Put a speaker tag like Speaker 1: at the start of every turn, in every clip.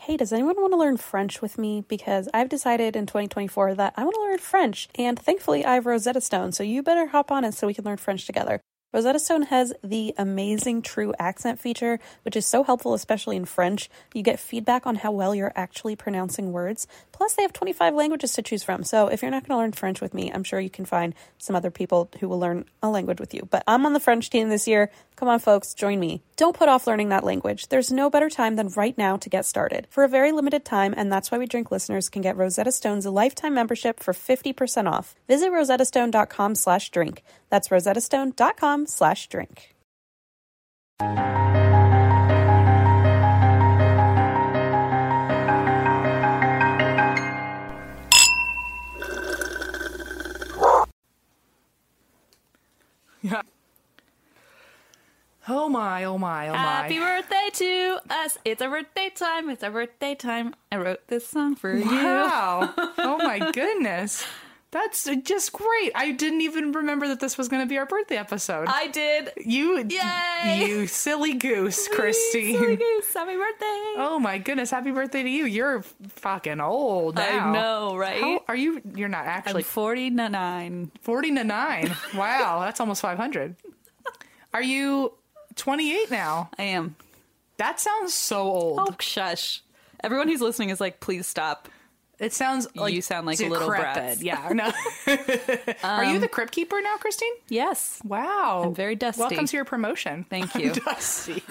Speaker 1: Hey, does anyone want to learn French with me? Because I've decided in 2024 that I want to learn French, and thankfully I have Rosetta Stone, so you better hop on it so we can learn French together. Rosetta Stone has the amazing true accent feature, which is so helpful, especially in French. You get feedback on how well you're actually pronouncing words. Plus, they have 25 languages to choose from. So, if you're not going to learn French with me, I'm sure you can find some other people who will learn a language with you. But I'm on the French team this year. Come on, folks, join me. Don't put off learning that language. There's no better time than right now to get started. For a very limited time, and that's why we drink listeners can get Rosetta Stone's lifetime membership for 50% off. Visit rosettastone.com slash drink. That's rosettastone.com slash drink.
Speaker 2: Yeah. Oh my, oh my, oh my.
Speaker 3: Happy birthday to us. It's a birthday time. It's a birthday time. I wrote this song for you.
Speaker 2: Wow. oh my goodness. That's just great. I didn't even remember that this was going to be our birthday episode.
Speaker 3: I did.
Speaker 2: you
Speaker 3: Uh, Yay!
Speaker 2: you silly goose, Christine.
Speaker 3: Silly goose. Happy birthday.
Speaker 2: Oh my goodness. Happy birthday to you. You're fucking old now.
Speaker 3: I know, right?
Speaker 2: How are you you're not
Speaker 3: I'm
Speaker 2: actually
Speaker 3: 49.
Speaker 2: 40 to 9. Wow, that's almost 500. Are you 28 now?
Speaker 3: I am.
Speaker 2: That sounds so old.
Speaker 3: Oh, shush. Everyone who's listening is like, please stop.
Speaker 2: It sounds like
Speaker 3: You sound like little
Speaker 2: decrepit.
Speaker 3: brats.
Speaker 2: Yeah, no. Are you the crypt keeper now, Christine?
Speaker 3: Yes.
Speaker 2: Wow,
Speaker 3: I'm very dusty.
Speaker 2: Welcome to your promotion.
Speaker 3: Thank you. Um,
Speaker 2: dusty.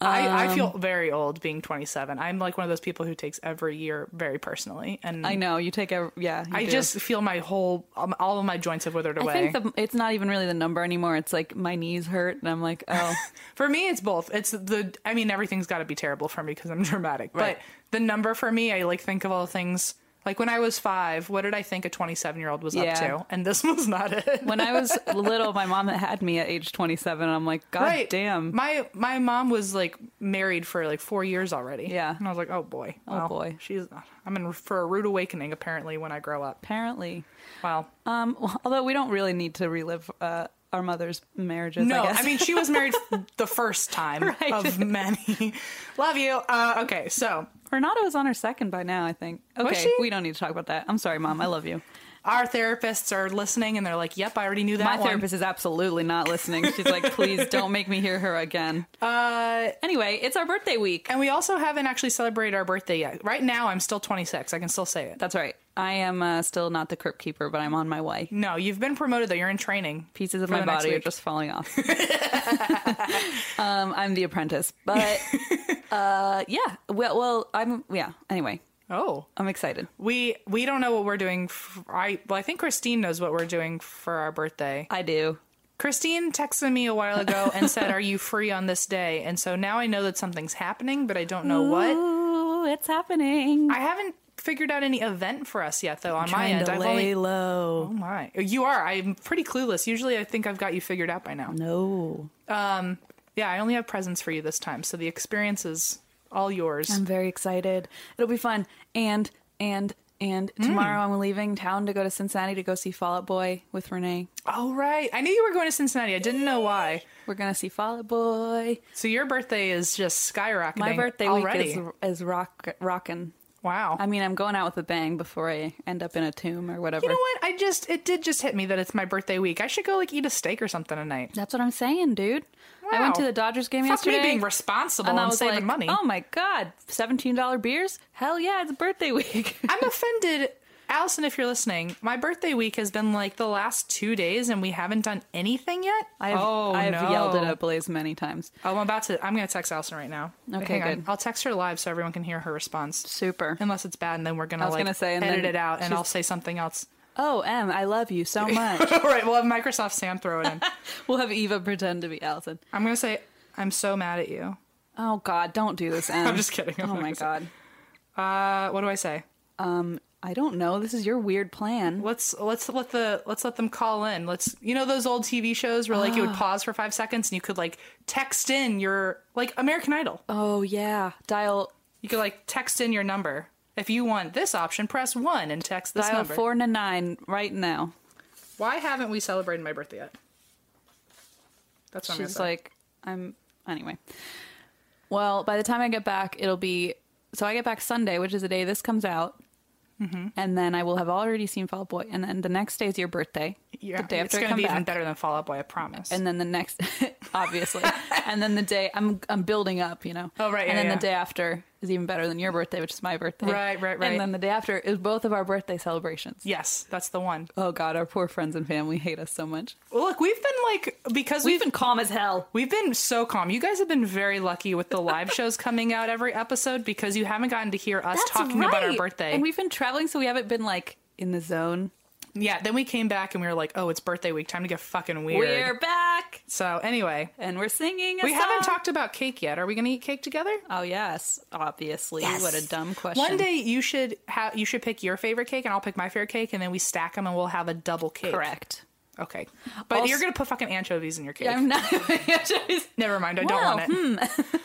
Speaker 2: I, I feel very old being 27. I'm like one of those people who takes every year very personally, and
Speaker 3: I know. You take a, yeah. you
Speaker 2: I
Speaker 3: do.
Speaker 2: just feel my whole um, all of my joints have withered away.
Speaker 3: I think the, it's not even really the number anymore. It's like my knees hurt, and I'm like, oh,
Speaker 2: For me, it's both. It's the. I mean, everything's got to be terrible for me because I'm dramatic.
Speaker 3: Right.
Speaker 2: But the number for me, I like think of all the things. Like when I was five, what did I think a 27 year old was
Speaker 3: Yeah.
Speaker 2: up to? And this was not it.
Speaker 3: when I was little, my mom had me at age 27, and I'm like, God
Speaker 2: right.
Speaker 3: damn.
Speaker 2: My my mom was like married for like four years already.
Speaker 3: Yeah.
Speaker 2: And I was like, oh boy. Oh
Speaker 3: boy.
Speaker 2: She's I'm in for a rude awakening apparently when I grow up.
Speaker 3: Apparently.
Speaker 2: Wow.
Speaker 3: Um, well, although we don't really need to relive uh, our mother's marriages,
Speaker 2: No,
Speaker 3: I
Speaker 2: I,
Speaker 3: guess.
Speaker 2: mean she was married the first time
Speaker 3: Right.
Speaker 2: of many. Love you. Uh, okay, so
Speaker 3: Renato is on her second by now, I think. Okay,
Speaker 2: she?
Speaker 3: we don't need to talk about that. I'm sorry, Mom. I love you.
Speaker 2: our therapists are listening and they're like, Yep, I already knew that
Speaker 3: My
Speaker 2: one.
Speaker 3: therapist is absolutely not listening. She's like, please don't make me hear her again.
Speaker 2: Uh
Speaker 3: Anyway, it's our birthday week.
Speaker 2: and we also haven't actually celebrated our birthday yet. Right now I'm still twenty six. I can still say it.
Speaker 3: That's right. I am uh, still not the crypt keeper, but I'm on my way.
Speaker 2: No, you've been promoted though. You're in training.
Speaker 3: Pieces of
Speaker 2: for
Speaker 3: my
Speaker 2: the next
Speaker 3: body are
Speaker 2: week.
Speaker 3: just falling off. um, I'm the apprentice, but uh, yeah. Well, well, I'm yeah. Anyway,
Speaker 2: Oh.
Speaker 3: I'm excited.
Speaker 2: We we don't know what we're doing. f I well, I think Christine knows what we're doing for our birthday.
Speaker 3: I do.
Speaker 2: Christine texted me a while ago and said, "Are you free on this day?" And so now I know that something's happening, but I don't know what.
Speaker 3: Ooh, it's happening.
Speaker 2: I haven't figured out any event for us yet, though. On my
Speaker 3: Trying
Speaker 2: end,
Speaker 3: to
Speaker 2: I've
Speaker 3: lay
Speaker 2: only
Speaker 3: low.
Speaker 2: oh my, you are. I'm pretty clueless. Usually, I think I've got you figured out by now. Um,
Speaker 3: No,
Speaker 2: Yeah, I only have presents for you this time, so the experience is all yours.
Speaker 3: I'm very excited. It'll be fun. And and and
Speaker 2: Mm.
Speaker 3: tomorrow I'm leaving town to go to Cincinnati to go see Fall Out Boy with Renee.
Speaker 2: all Oh, right, I knew you were going to Cincinnati. I didn't know why.
Speaker 3: We're gonna see Fall Out Boy.
Speaker 2: So your birthday is just skyrocketing.
Speaker 3: My birthday
Speaker 2: already. Oh.
Speaker 3: week is is rock rockin'.
Speaker 2: wow.
Speaker 3: I mean, I'm going out with a bang before I end up in a tomb or whatever.
Speaker 2: You know what? I just it did just hit me that it's my birthday week. I should go like eat a steak or something tonight.
Speaker 3: That's what I'm saying, dude. I
Speaker 2: Wow.
Speaker 3: went to the Dodgers game
Speaker 2: Fuck
Speaker 3: yesterday.
Speaker 2: me being responsible
Speaker 3: and
Speaker 2: and,
Speaker 3: I was
Speaker 2: saving
Speaker 3: like,
Speaker 2: money.
Speaker 3: "Oh my god, seventeen dollar beers? Hell yeah, it's birthday week."
Speaker 2: I'm offended, Allison. If you're listening, my birthday week has been like the last two days, and we haven't done anything yet.
Speaker 3: I've,
Speaker 2: oh
Speaker 3: I've
Speaker 2: no.
Speaker 3: yelled it at Blaze many times.
Speaker 2: Oh, I'm about to. I'm going to text Allison right now.
Speaker 3: Okay,
Speaker 2: Hang on.
Speaker 3: good.
Speaker 2: I'll text her live so everyone can hear her response.
Speaker 3: Super.
Speaker 2: Unless it's bad, and then we're going to
Speaker 3: I was
Speaker 2: like
Speaker 3: gonna say, and
Speaker 2: edit
Speaker 3: then
Speaker 2: it out, and
Speaker 3: she's-
Speaker 2: I'll say something else.
Speaker 3: Oh, Em, I love you so much.
Speaker 2: All right, we'll have Microsoft Sam throw it in.
Speaker 3: we'll have Eva pretend to be Allison.
Speaker 2: I'm going to say, I'm so mad at you.
Speaker 3: Oh God, don't do this. Em.
Speaker 2: I'm just kidding. I'm
Speaker 3: oh
Speaker 2: not
Speaker 3: my
Speaker 2: gonna say
Speaker 3: God.
Speaker 2: Uh, what do I say?
Speaker 3: Um, I don't know. This is your weird plan.
Speaker 2: Let's let's let the let's let them call in. Let's you know those old TV shows where like you would pause for five seconds and you could like text in your like American Idol.
Speaker 3: Oh yeah, dial
Speaker 2: You could like text in your number. If you want this option, press one and text this
Speaker 3: dial
Speaker 2: number.
Speaker 3: four and a nine right now.
Speaker 2: Why haven't we celebrated my birthday yet? That's what
Speaker 3: She's
Speaker 2: I'm gonna say.
Speaker 3: like, I'm anyway. Well, by the time I get back, it'll be so I get back Sunday, which is the day this comes out,
Speaker 2: Mm-hmm.
Speaker 3: and then I will have already seen Fall Out Boy, and then the next day is your birthday. the day
Speaker 2: it's
Speaker 3: after I
Speaker 2: gonna
Speaker 3: come
Speaker 2: be
Speaker 3: back,
Speaker 2: even better than Fall Out Boy. I promise.
Speaker 3: and then the next, obviously, and then the day I'm I'm building up, you know.
Speaker 2: Oh, right,
Speaker 3: and
Speaker 2: yeah,
Speaker 3: then
Speaker 2: yeah.
Speaker 3: the day after is even better than your birthday, which is my birthday.
Speaker 2: Right, right, right.
Speaker 3: And then the day after is both of our birthday celebrations.
Speaker 2: yes, that's the one.
Speaker 3: Oh God, our poor friends and family hate us so much.
Speaker 2: Well, look, we've been like because
Speaker 3: We've
Speaker 2: we've
Speaker 3: been calm as hell.
Speaker 2: We've been so calm. You guys have been very lucky with the live shows coming out every episode because you haven't gotten to hear us talking about our
Speaker 3: right.
Speaker 2: birthday.
Speaker 3: And we've been traveling, so we haven't been like in the zone.
Speaker 2: yeah, then we came back and we were like, "Oh, it's birthday week. Time to get fucking weird."
Speaker 3: We're back
Speaker 2: So anyway,
Speaker 3: and we're singing. A
Speaker 2: we haven't
Speaker 3: song.
Speaker 2: talked about cake yet. Are we going to eat cake together?
Speaker 3: Oh yes, obviously. What a dumb question.
Speaker 2: One day you should have you should pick your favorite cake and I'll pick my favorite cake and then we stack them and we'll have a double cake.
Speaker 3: correct.
Speaker 2: Okay. But
Speaker 3: Also-
Speaker 2: you're going to put fucking anchovies in your cake.
Speaker 3: I'm not. hmm.
Speaker 2: Never mind. I don't
Speaker 3: Wow,
Speaker 2: want it.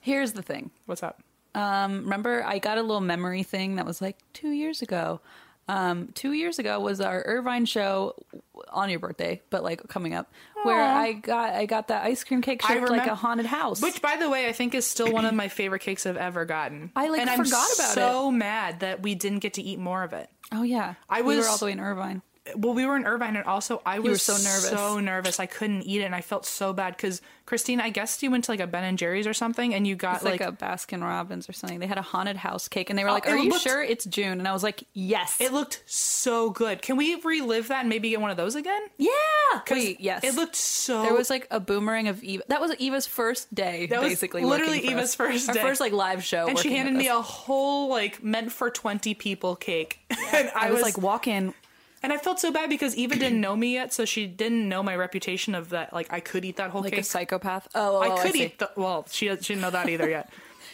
Speaker 3: Here's the thing.
Speaker 2: What's up?
Speaker 3: Um, remember, I got a little memory thing that was like two years ago. Um, two years ago was our Irvine show on your birthday, but like coming up, where
Speaker 2: Aw.
Speaker 3: I got I got that ice cream cake
Speaker 2: I
Speaker 3: shaped like
Speaker 2: remem-
Speaker 3: a haunted house.
Speaker 2: Which, by the way, I think is still one of my favorite cakes I've ever gotten.
Speaker 3: I, like,
Speaker 2: and
Speaker 3: forgot
Speaker 2: I'm
Speaker 3: about it.
Speaker 2: So mad that we didn't get to eat more of it.
Speaker 3: oh yeah,
Speaker 2: I
Speaker 3: we were
Speaker 2: was-
Speaker 3: all the way in Irvine.
Speaker 2: Well, we were in Irvine, and also I was
Speaker 3: were so nervous.
Speaker 2: So nervous, I couldn't eat it, and I felt so bad because Christine, I guess you went to like a Ben and Jerry's or something, and you got
Speaker 3: It's like, a Baskin Robbins or something. They had a haunted house cake, and they were like,
Speaker 2: Oh, it
Speaker 3: "Are you
Speaker 2: looked-
Speaker 3: sure it's June?" And I was like, "Yes,
Speaker 2: It looked so good. Can we relive that and maybe get one of those again?
Speaker 3: yeah."
Speaker 2: 'Cause
Speaker 3: Wait, yes,
Speaker 2: It looked so.
Speaker 3: There was like a boomerang of Eva. That was Eva's first day.
Speaker 2: That was
Speaker 3: basically,
Speaker 2: literally
Speaker 3: working for
Speaker 2: Eva's
Speaker 3: us.
Speaker 2: first day.
Speaker 3: Our first like live show,
Speaker 2: and she
Speaker 3: working
Speaker 2: handed
Speaker 3: with
Speaker 2: me
Speaker 3: us.
Speaker 2: a whole like meant for twenty people cake, and I,
Speaker 3: I was like, "Walk in."
Speaker 2: And I felt so bad because Eva didn't know me yet, so she didn't know my reputation of that. Like I could eat that whole
Speaker 3: Like
Speaker 2: cake.
Speaker 3: a psychopath. Oh, oh
Speaker 2: I could
Speaker 3: see.
Speaker 2: eat. The, well, she she didn't know that either yet.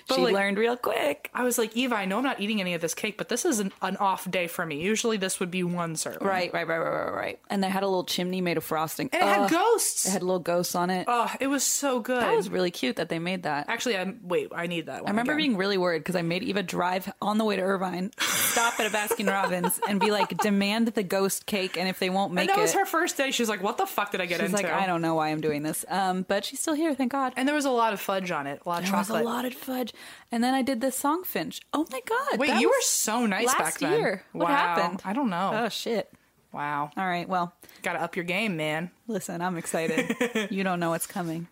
Speaker 2: But
Speaker 3: she
Speaker 2: like,
Speaker 3: learned real quick.
Speaker 2: I was like, Eva, I know I'm not eating any of this cake, but this is an, an off day for me. Usually, this would be one serving.
Speaker 3: Right, right, right, right, right, right. And they had a little chimney made of frosting.
Speaker 2: Mm-hmm. And it had
Speaker 3: Ugh.
Speaker 2: ghosts.
Speaker 3: It had little ghosts on it.
Speaker 2: oh, it was so good.
Speaker 3: that was really cute that they made that.
Speaker 2: Actually, I'm wait. I need that one.
Speaker 3: I remember
Speaker 2: again.
Speaker 3: being really worried because I made Eva drive on the way to Irvine, stop at a Baskin Robbins, and be like, demand the ghost cake, and if they won't
Speaker 2: And
Speaker 3: make
Speaker 2: that
Speaker 3: it,
Speaker 2: was her first day. She's like, "What the fuck did I get
Speaker 3: she's
Speaker 2: into?"
Speaker 3: like, I don't know why I'm doing this. Um, but she's still here, thank God.
Speaker 2: And there was a lot of fudge on it. A lot of
Speaker 3: There was
Speaker 2: chocolate.
Speaker 3: a lot of fudge, and then I did the song finch. Oh my God!
Speaker 2: Wait,
Speaker 3: that
Speaker 2: you
Speaker 3: was
Speaker 2: were so nice
Speaker 3: last
Speaker 2: back then.
Speaker 3: year. What
Speaker 2: Wow.
Speaker 3: happened?
Speaker 2: I don't know.
Speaker 3: Oh shit!
Speaker 2: Wow.
Speaker 3: All right, well,
Speaker 2: Got to up your game, man.
Speaker 3: listen, I'm excited. you don't know what's coming.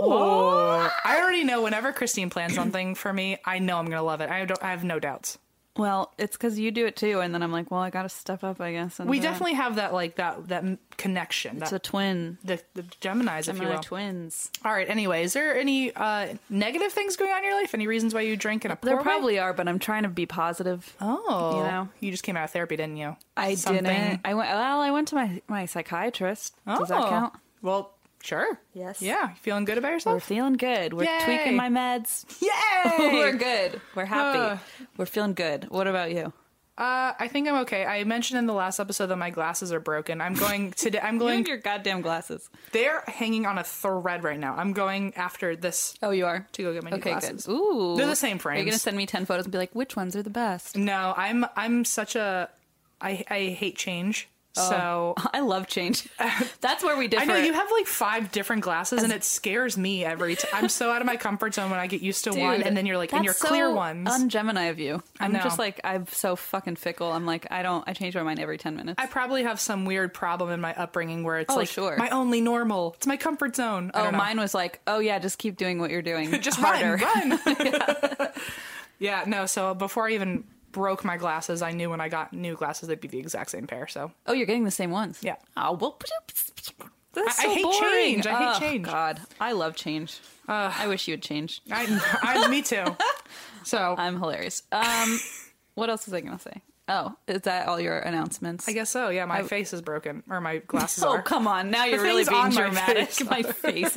Speaker 2: Oh, I already know. Whenever Christine plans something for me, I know I'm gonna love it. I don't. I have no doubts.
Speaker 3: Well, it's because you do it too, and then I'm like, well, I got to step up, I guess. And
Speaker 2: We
Speaker 3: do it.
Speaker 2: definitely have that like that that m- connection.
Speaker 3: It's a
Speaker 2: That,
Speaker 3: twin.
Speaker 2: the, the Gemini's, if you
Speaker 3: Gemini
Speaker 2: will.
Speaker 3: twins.
Speaker 2: All right. Anyway, is there any uh, negative things going on in your life? Any reasons why you drink in a poor
Speaker 3: There
Speaker 2: way?
Speaker 3: probably are, but I'm trying to be positive.
Speaker 2: Oh,
Speaker 3: You know.
Speaker 2: you just came out of therapy, didn't you?
Speaker 3: I
Speaker 2: Something-
Speaker 3: didn't. I went. Well, I went to my my psychiatrist. Does that
Speaker 2: Oh.
Speaker 3: count?
Speaker 2: Well, sure.
Speaker 3: Yes.
Speaker 2: Yeah. You feeling good about
Speaker 3: We're
Speaker 2: yourself?
Speaker 3: feeling good. We're
Speaker 2: Yay.
Speaker 3: tweaking my meds.
Speaker 2: Yay!
Speaker 3: We're good. We're happy.
Speaker 2: Ugh.
Speaker 3: We're feeling good. What about you?
Speaker 2: uh, I think I'm okay. I mentioned in the last episode that my glasses are broken. I'm going today. I'm
Speaker 3: You
Speaker 2: going
Speaker 3: and your goddamn glasses.
Speaker 2: They're hanging on a thread right now. I'm going after this
Speaker 3: Oh, you are.
Speaker 2: to go get my new
Speaker 3: Okay,
Speaker 2: glasses.
Speaker 3: good. Ooh,
Speaker 2: They're the same
Speaker 3: Are you gonna
Speaker 2: frames.
Speaker 3: send me ten photos and be like, which ones are the best?
Speaker 2: No, I'm I'm such a I I hate change.
Speaker 3: Oh.
Speaker 2: So
Speaker 3: I love change. That's where we differ.
Speaker 2: I know you have like five different glasses, and it scares me every time. I'm so out of my comfort zone when I get used to one,
Speaker 3: Dude,
Speaker 2: and then you're like, and your
Speaker 3: that's
Speaker 2: clear
Speaker 3: so
Speaker 2: ones.
Speaker 3: Un-Gemini of you. I'm
Speaker 2: know.
Speaker 3: just like I'm so fucking fickle. I'm like I don't. I change my mind every ten minutes.
Speaker 2: I probably have some weird problem in my upbringing where it's
Speaker 3: Oh,
Speaker 2: like
Speaker 3: sure.
Speaker 2: my only normal. It's my comfort zone. I
Speaker 3: oh,
Speaker 2: don't know.
Speaker 3: mine was like, oh yeah, just keep doing what you're doing.
Speaker 2: just
Speaker 3: harder.
Speaker 2: run, run. yeah. no. So before I even broke my glasses, I knew when I got new glasses they'd be the exact same pair. So
Speaker 3: Oh, you're getting the same ones.
Speaker 2: Yeah.
Speaker 3: Oh well. That's
Speaker 2: I- I
Speaker 3: so
Speaker 2: hate
Speaker 3: boring.
Speaker 2: change. I hate
Speaker 3: Ugh,
Speaker 2: change.
Speaker 3: God, I love change. I wish you would change.
Speaker 2: I, I me too. So
Speaker 3: I'm hilarious. Um, what else was I gonna say? Oh, is that all your announcements?
Speaker 2: I guess so. Yeah, my face is broken, or my glasses
Speaker 3: Oh,
Speaker 2: are.
Speaker 3: come on. Now you're
Speaker 2: The
Speaker 3: really
Speaker 2: thing's
Speaker 3: being
Speaker 2: on my
Speaker 3: dramatic.
Speaker 2: face.
Speaker 3: My face,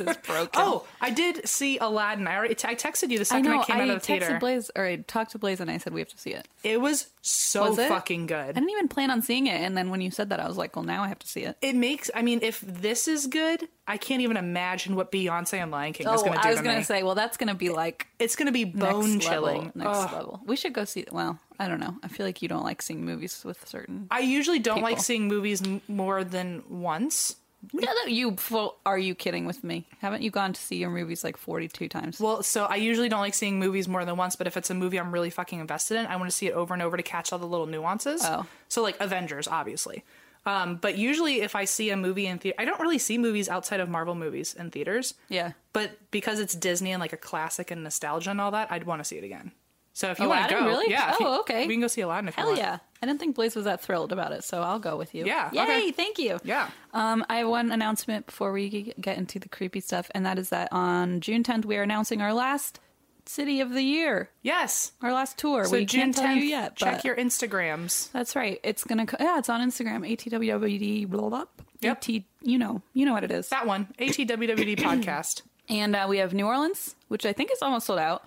Speaker 3: is broken.
Speaker 2: Oh, I did see Aladdin. I already t- I texted you the
Speaker 3: I
Speaker 2: second I,
Speaker 3: know.
Speaker 2: came out
Speaker 3: I
Speaker 2: of the theater.
Speaker 3: texted Blaze, or I talked to Blaze, and I said we have to see it.
Speaker 2: it was so
Speaker 3: Was it?
Speaker 2: Oh, fucking
Speaker 3: I
Speaker 2: good.
Speaker 3: didn't even plan on seeing it, and then when you said that, I was like, well, now I have to see it.
Speaker 2: It makes. I mean, if this is good, I can't even imagine what Beyonce and Lion King is
Speaker 3: oh,
Speaker 2: going to do
Speaker 3: I was
Speaker 2: to
Speaker 3: gonna
Speaker 2: me.
Speaker 3: say, well, that's gonna be like
Speaker 2: it's going to be bone
Speaker 3: next level,
Speaker 2: chilling.
Speaker 3: next
Speaker 2: Ugh.
Speaker 3: level. We should go see. Well, I don't know. I feel like you don't like seeing movies with certain.
Speaker 2: I usually don't like
Speaker 3: People.
Speaker 2: seeing movies m- more than once.
Speaker 3: No, no, you full, are you kidding with me? Haven't you gone to see your movies like forty-two times?
Speaker 2: Well, so I usually don't like seeing movies more than once, but if it's a movie I'm really fucking invested in, I want to see it over and over to catch all the little nuances.
Speaker 3: Oh.
Speaker 2: So like Avengers, obviously. Um, but usually if I see a movie in theater, I don't really see movies outside of Marvel movies in theaters.
Speaker 3: yeah.
Speaker 2: But because it's Disney and like a classic and nostalgia and all that, I'd want to see it again. So if you want to
Speaker 3: Aladdin,
Speaker 2: go,
Speaker 3: really?
Speaker 2: yeah, if
Speaker 3: Oh,
Speaker 2: you-
Speaker 3: okay.
Speaker 2: we can go see Aladdin if you
Speaker 3: Hell
Speaker 2: want.
Speaker 3: yeah! I didn't think Blaze was that thrilled about it, so I'll go with you.
Speaker 2: Yeah,
Speaker 3: Yay!
Speaker 2: okay.
Speaker 3: Thank you.
Speaker 2: Yeah.
Speaker 3: Um, I have one announcement before we get into the creepy stuff, and that is that on June 10th we are announcing our last city of the year,
Speaker 2: Yes.
Speaker 3: our last tour.
Speaker 2: So
Speaker 3: we
Speaker 2: June
Speaker 3: can't tell you
Speaker 2: 10th,
Speaker 3: yet.
Speaker 2: check
Speaker 3: but
Speaker 2: your Instagrams.
Speaker 3: That's right. It's gonna. Co- yeah, it's on Instagram. Atwwd blah blah.
Speaker 2: Yep.
Speaker 3: At, you know, you know what it is.
Speaker 2: That one, ATWWD podcast.
Speaker 3: And uh, we have New Orleans, which I think is almost sold out.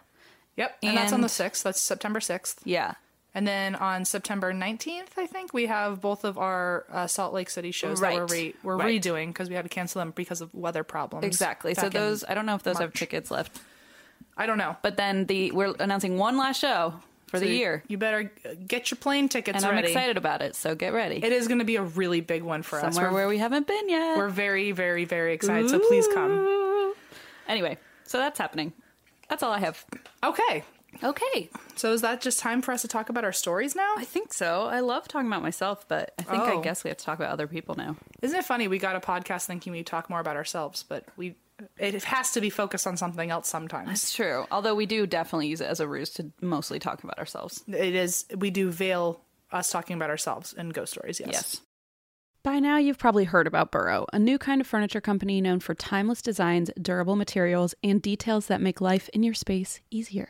Speaker 2: Yep. and that's on
Speaker 3: And-
Speaker 2: the 6th. That's September 6th.
Speaker 3: Yeah.
Speaker 2: And then on September 19th, I think we have both of our uh, Salt Lake City shows that we're,
Speaker 3: Right.
Speaker 2: re- we're
Speaker 3: Right.
Speaker 2: redoing because we had to cancel them because of weather problems.
Speaker 3: Exactly.
Speaker 2: back
Speaker 3: So
Speaker 2: in-
Speaker 3: those, I don't know if those have
Speaker 2: March.
Speaker 3: tickets left,
Speaker 2: I don't know.
Speaker 3: but then the we're announcing one last show for the
Speaker 2: So you-
Speaker 3: year,
Speaker 2: You better uh, get your plane tickets
Speaker 3: and I'm
Speaker 2: ready.
Speaker 3: excited about it. So get ready.
Speaker 2: It is going to be a really big one for us.
Speaker 3: Somewhere
Speaker 2: We're,
Speaker 3: where we haven't been yet.
Speaker 2: we're very, very, very excited. So please come.
Speaker 3: Anyway, so that's happening. That's all I have.
Speaker 2: Okay.
Speaker 3: Okay.
Speaker 2: So is that just time for us to talk about our stories now?
Speaker 3: I think so. I love talking about myself, but I think
Speaker 2: Oh.
Speaker 3: I guess we have to talk about other people now.
Speaker 2: Isn't it funny? We got a podcast thinking we talk more about ourselves, but we it has to be focused on something else sometimes.
Speaker 3: It's true. Although we do definitely use it as a ruse to mostly talk about ourselves.
Speaker 2: It is we do veil us talking about ourselves in ghost stories.
Speaker 3: Yes. By now, you've probably heard about Burrow, a new kind of furniture company known for timeless designs, durable materials, and details that make life in your space easier.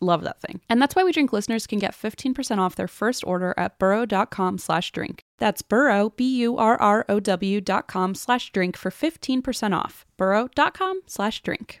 Speaker 3: Love that thing. And that's why We Drink listeners can get 15% off their first order at burrow.com slash drink. That's burrow, B-U-R-R-O-W dot com slash drink for 15% off. burrow.com slash drink.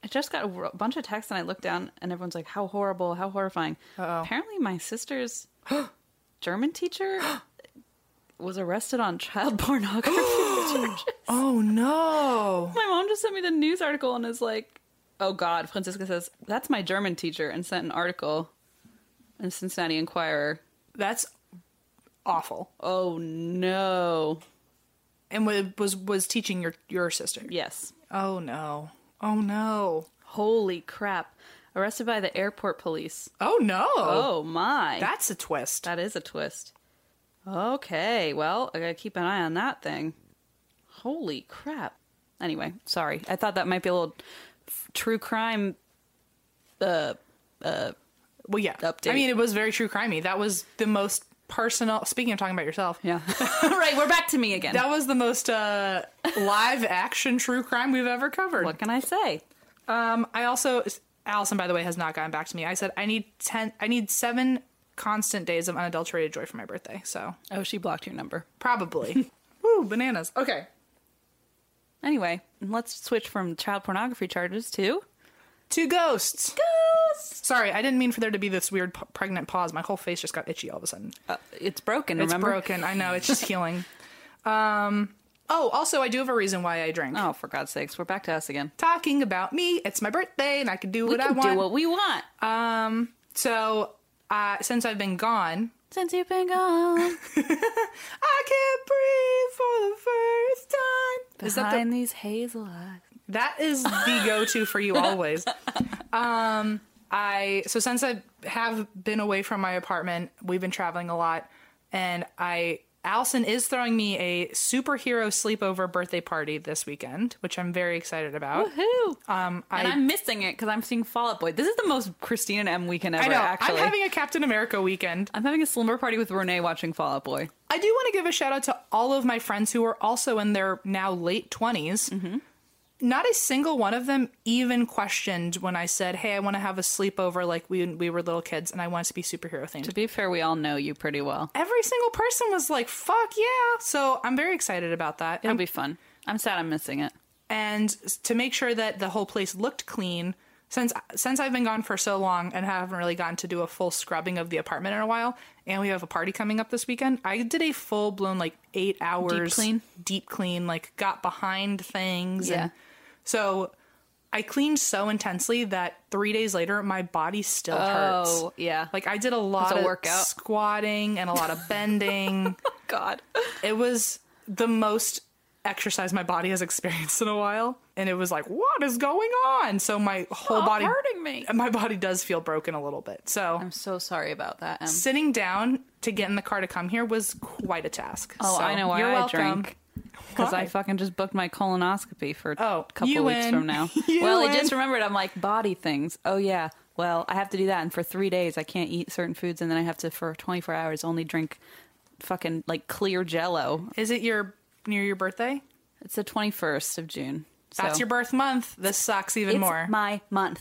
Speaker 3: I just got a wor- bunch of texts and I looked down and everyone's like, "How horrible! How horrifying!"
Speaker 2: Uh-oh.
Speaker 3: Apparently, my sister's German teacher was arrested on child pornography charges.
Speaker 2: oh no.
Speaker 3: My mom just sent me the news article and is like, "Oh God!" Francisca says, "That's my German teacher," and sent an article in Cincinnati Inquirer.
Speaker 2: That's awful.
Speaker 3: Oh no!
Speaker 2: And wa- was was teaching your your sister.
Speaker 3: Yes.
Speaker 2: Oh no. Oh no.
Speaker 3: Holy crap! Arrested by the airport police.
Speaker 2: Oh no.
Speaker 3: Oh my!
Speaker 2: That's a twist.
Speaker 3: That is a twist. Okay, well, I gotta keep an eye on that thing. Holy crap. Anyway, sorry. I thought that might be a little f- true crime. uh,
Speaker 2: well, yeah.
Speaker 3: Update.
Speaker 2: I mean, it was very true crimey. That was the most personal. Speaking of talking about yourself,
Speaker 3: Yeah. right, we're back to me again.
Speaker 2: that was the most uh, live action true crime we've ever covered.
Speaker 3: what can I say?
Speaker 2: Um, I also Allison, by the way, has not gotten back to me. I said I need ten. I need seven constant days of unadulterated joy for my birthday. So
Speaker 3: Oh, she blocked your number.
Speaker 2: probably. Woo, bananas. Okay.
Speaker 3: Anyway, let's switch from child pornography charges to.
Speaker 2: Two ghosts. Ghosts. Sorry, I didn't mean for there to be this weird p- pregnant pause. My whole face just got itchy all of a sudden.
Speaker 3: Uh, it's broken,
Speaker 2: It's
Speaker 3: remember?
Speaker 2: broken. I know. It's just healing. Um. Oh, also, I do have a reason why I drink.
Speaker 3: Oh, for God's sakes, we're back to us again.
Speaker 2: Talking about me. It's my birthday, and I can do
Speaker 3: We
Speaker 2: what I
Speaker 3: can
Speaker 2: want.
Speaker 3: do what we want.
Speaker 2: so, uh, since I've been gone,
Speaker 3: Since you've been gone,
Speaker 2: I can't breathe for the first time. Is that the
Speaker 3: behind these hazel eyes.
Speaker 2: That is the go-to for you always. Um, I so since I have been away from my apartment, we've been traveling a lot, and I Allison is throwing me a superhero sleepover birthday party this weekend, which I'm very excited about.
Speaker 3: Woohoo!
Speaker 2: Um, I,
Speaker 3: and I'm missing it because I'm seeing Fall Out Boy. This is the most Christina and M weekend ever.
Speaker 2: I know
Speaker 3: actually,
Speaker 2: I'm having a Captain America weekend.
Speaker 3: I'm having a slumber party with Renee watching Fall Out Boy.
Speaker 2: I do want to give a shout out to all of my friends who are also in their now late 20s. Not a single one of them even questioned when I said, "Hey, I want to have a sleepover like we we were little kids and I want it to be superhero themed."
Speaker 3: To be fair, we all know you pretty well.
Speaker 2: Every single person was like, "Fuck yeah." So, I'm very excited about that.
Speaker 3: It'll
Speaker 2: I'm-
Speaker 3: be fun. I'm sad I'm missing it.
Speaker 2: and to make sure that the whole place looked clean since since I've been gone for so long and haven't really gotten to do a full scrubbing of the apartment in a while and we have a party coming up this weekend I did a full blown like 8 hours
Speaker 3: clean?
Speaker 2: deep clean like got behind things
Speaker 3: Yeah.
Speaker 2: and so I cleaned so intensely that 3 days later my body still
Speaker 3: Oh,
Speaker 2: hurts
Speaker 3: yeah.
Speaker 2: like I did a lot
Speaker 3: a
Speaker 2: of
Speaker 3: workout.
Speaker 2: squatting and a lot of bending
Speaker 3: God,
Speaker 2: it was the most exercise my body has experienced in a while and it was like what is going on so my whole
Speaker 3: Stop
Speaker 2: body
Speaker 3: hurting me.
Speaker 2: my body does feel broken a little bit so
Speaker 3: I'm so sorry about that. Em.
Speaker 2: sitting down to get in the car to come here was quite a task
Speaker 3: Oh,
Speaker 2: So,
Speaker 3: I know why
Speaker 2: you're
Speaker 3: I
Speaker 2: welcome.
Speaker 3: drank. Because I
Speaker 2: Why?
Speaker 3: fucking just booked my colonoscopy for
Speaker 2: Oh,
Speaker 3: a couple
Speaker 2: you
Speaker 3: weeks
Speaker 2: win.
Speaker 3: from now.
Speaker 2: You
Speaker 3: well, I
Speaker 2: win.
Speaker 3: just remembered. I'm like body things. Oh yeah. Well, I have to do that, and for three days I can't eat certain foods, and then I have to for 24 hours only drink fucking like clear Jello.
Speaker 2: is it your near your birthday
Speaker 3: It's the 21st of June. So
Speaker 2: that's your birth month this sucks even
Speaker 3: it's
Speaker 2: more
Speaker 3: my month.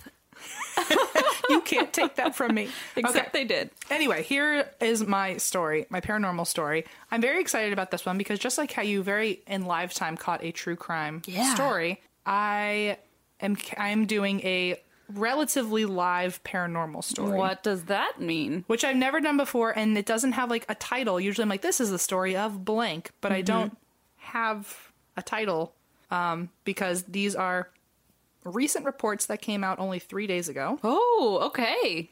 Speaker 2: you can't take that from me
Speaker 3: Except they did.
Speaker 2: Anyway, here is my story, my paranormal story. I'm very excited about this one because just like how you very in live time caught a true crime
Speaker 3: Yeah.
Speaker 2: story, I am I'm doing a relatively live paranormal story.
Speaker 3: What does that mean?
Speaker 2: Which I've never done before and it doesn't have like a title. Usually I'm like this is the story of blank, but
Speaker 3: Mm-hmm.
Speaker 2: I don't have a title um because these are recent reports that came out only 3 days ago.
Speaker 3: Oh, okay.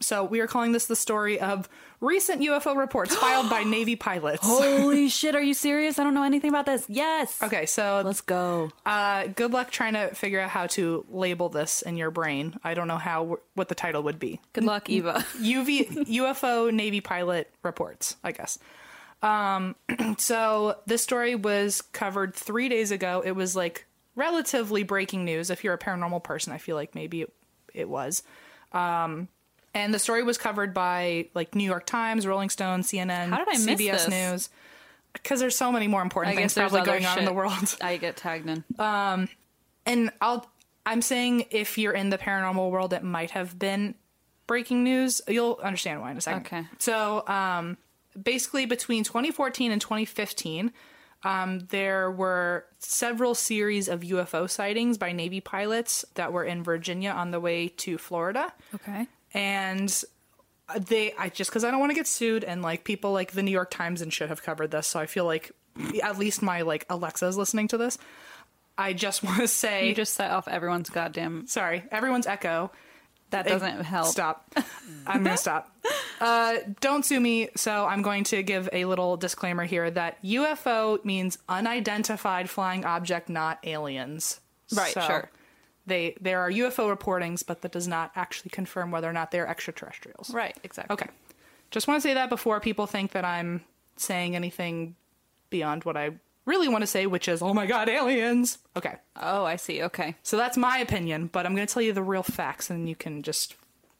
Speaker 2: So we are calling this the story of recent UFO reports filed by Navy pilots.
Speaker 3: Holy shit, are you serious? I don't know anything about this. Yes.
Speaker 2: Okay, so
Speaker 3: Let's go.
Speaker 2: uh, good luck trying to figure out how to label this in your brain. I don't know how what the title would be.
Speaker 3: Good luck, Eva.
Speaker 2: UV UFO Navy pilot reports, I guess. Um, so this story was covered three days ago. It was like relatively breaking news. If you're a paranormal person, I feel like maybe it, it was. Um, and the story was covered by like New York Times, Rolling Stone, CNN,
Speaker 3: How did I miss
Speaker 2: CBS
Speaker 3: this?
Speaker 2: News. Because there's so many more important
Speaker 3: I
Speaker 2: things
Speaker 3: guess there's
Speaker 2: probably
Speaker 3: other
Speaker 2: going on in the
Speaker 3: shit.
Speaker 2: world.
Speaker 3: I get tagged in.
Speaker 2: and I'll I'm saying if you're in the paranormal world, it might have been breaking news. You'll understand why in a second.
Speaker 3: Okay.
Speaker 2: So, um, basically, between 2014 and 2015, Um, there were several series of UFO sightings by Navy pilots that were in Virginia on the way to Florida.
Speaker 3: Okay.
Speaker 2: And they, I just because I don't want to get sued, and like people like the New York Times and shit have covered this, so I feel like at least my like Alexa's listening to this. I just want to say,
Speaker 3: You just set off everyone's goddamn.
Speaker 2: sorry, everyone's echo.
Speaker 3: That
Speaker 2: Hey,
Speaker 3: doesn't help.
Speaker 2: Stop. I'm going to stop. Uh, don't sue me. So I'm going to give a little disclaimer here that UFO means unidentified flying object, not aliens.
Speaker 3: Right,
Speaker 2: So
Speaker 3: sure.
Speaker 2: They there are UFO reportings, but that does not actually confirm whether or not they're extraterrestrials.
Speaker 3: Right. Exactly.
Speaker 2: Okay. Just want to say that before people think that I'm saying anything beyond what I really want to say, which is, oh my god, aliens. Okay.
Speaker 3: Oh, I see. Okay.
Speaker 2: So that's my opinion, but I'm going to tell you the real facts, and you can just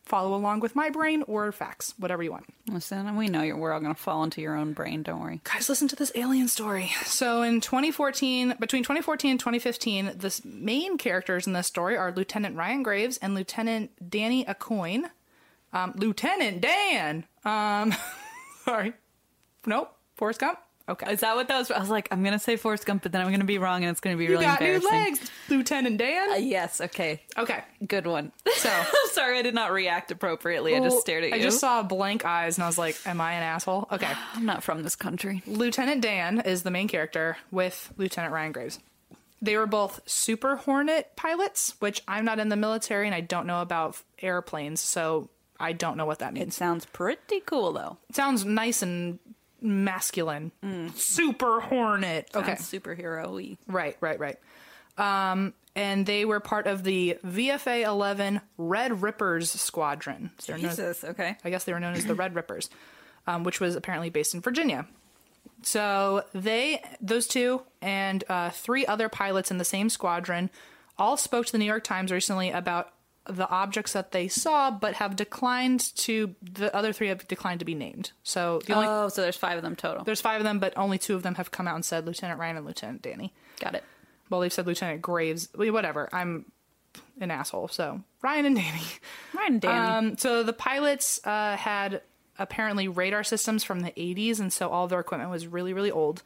Speaker 2: follow along with my brain or facts, whatever you want.
Speaker 3: Listen, we know you're, we're all going to fall into your own brain. Don't worry.
Speaker 2: Guys, listen to this alien story. So in 2014, between 2014 and 2015, the s- main characters in this story are Lieutenant Ryan Graves and Lieutenant Danny Acoin. Um, Lieutenant Dan! Um, sorry. Nope. Forrest Gump? Okay.
Speaker 3: Is that what that was? I was like, I'm going to say Forrest Gump, but then I'm going to be wrong and it's going to be really
Speaker 2: you got new
Speaker 3: embarrassing.
Speaker 2: legs, Lieutenant
Speaker 3: Uh,
Speaker 2: Dan.
Speaker 3: yes. Okay.
Speaker 2: Okay.
Speaker 3: Good one.
Speaker 2: So
Speaker 3: Sorry, I did not react appropriately. I just stared at you.
Speaker 2: I just saw blank eyes and I was like, am I an asshole? Okay.
Speaker 3: I'm not from this country.
Speaker 2: Lieutenant Dan is the main character with Lieutenant Ryan Graves. They were both Super Hornet pilots, which I'm not in the military and I don't know about airplanes, so I don't know what that means.
Speaker 3: sounds pretty cool, though.
Speaker 2: It sounds nice and masculine. Super Hornet. Okay.
Speaker 3: superhero y.
Speaker 2: Right, right, right. Um, and they were part of the VFA 11 Red Rippers Squadron. So they're known-
Speaker 3: Jesus, okay.
Speaker 2: I guess they were known as the Red Rippers, um, which was apparently based in Virginia. So they, those two, and uh, three other pilots in the same squadron, all spoke to the New York Times recently about the objects that they saw, but have declined to. The other three have declined to be named. So the only
Speaker 3: oh, so there's five of them total.
Speaker 2: there's five of them, but only two of them have come out and said Lieutenant Ryan and Lieutenant Danny.
Speaker 3: Got it.
Speaker 2: Well, they've said Lieutenant Graves. Whatever. I'm an asshole. So Ryan and Danny.
Speaker 3: Ryan Danny.
Speaker 2: Um, so the pilots uh, had apparently radar systems from the 80s, and so all their equipment was really, really old.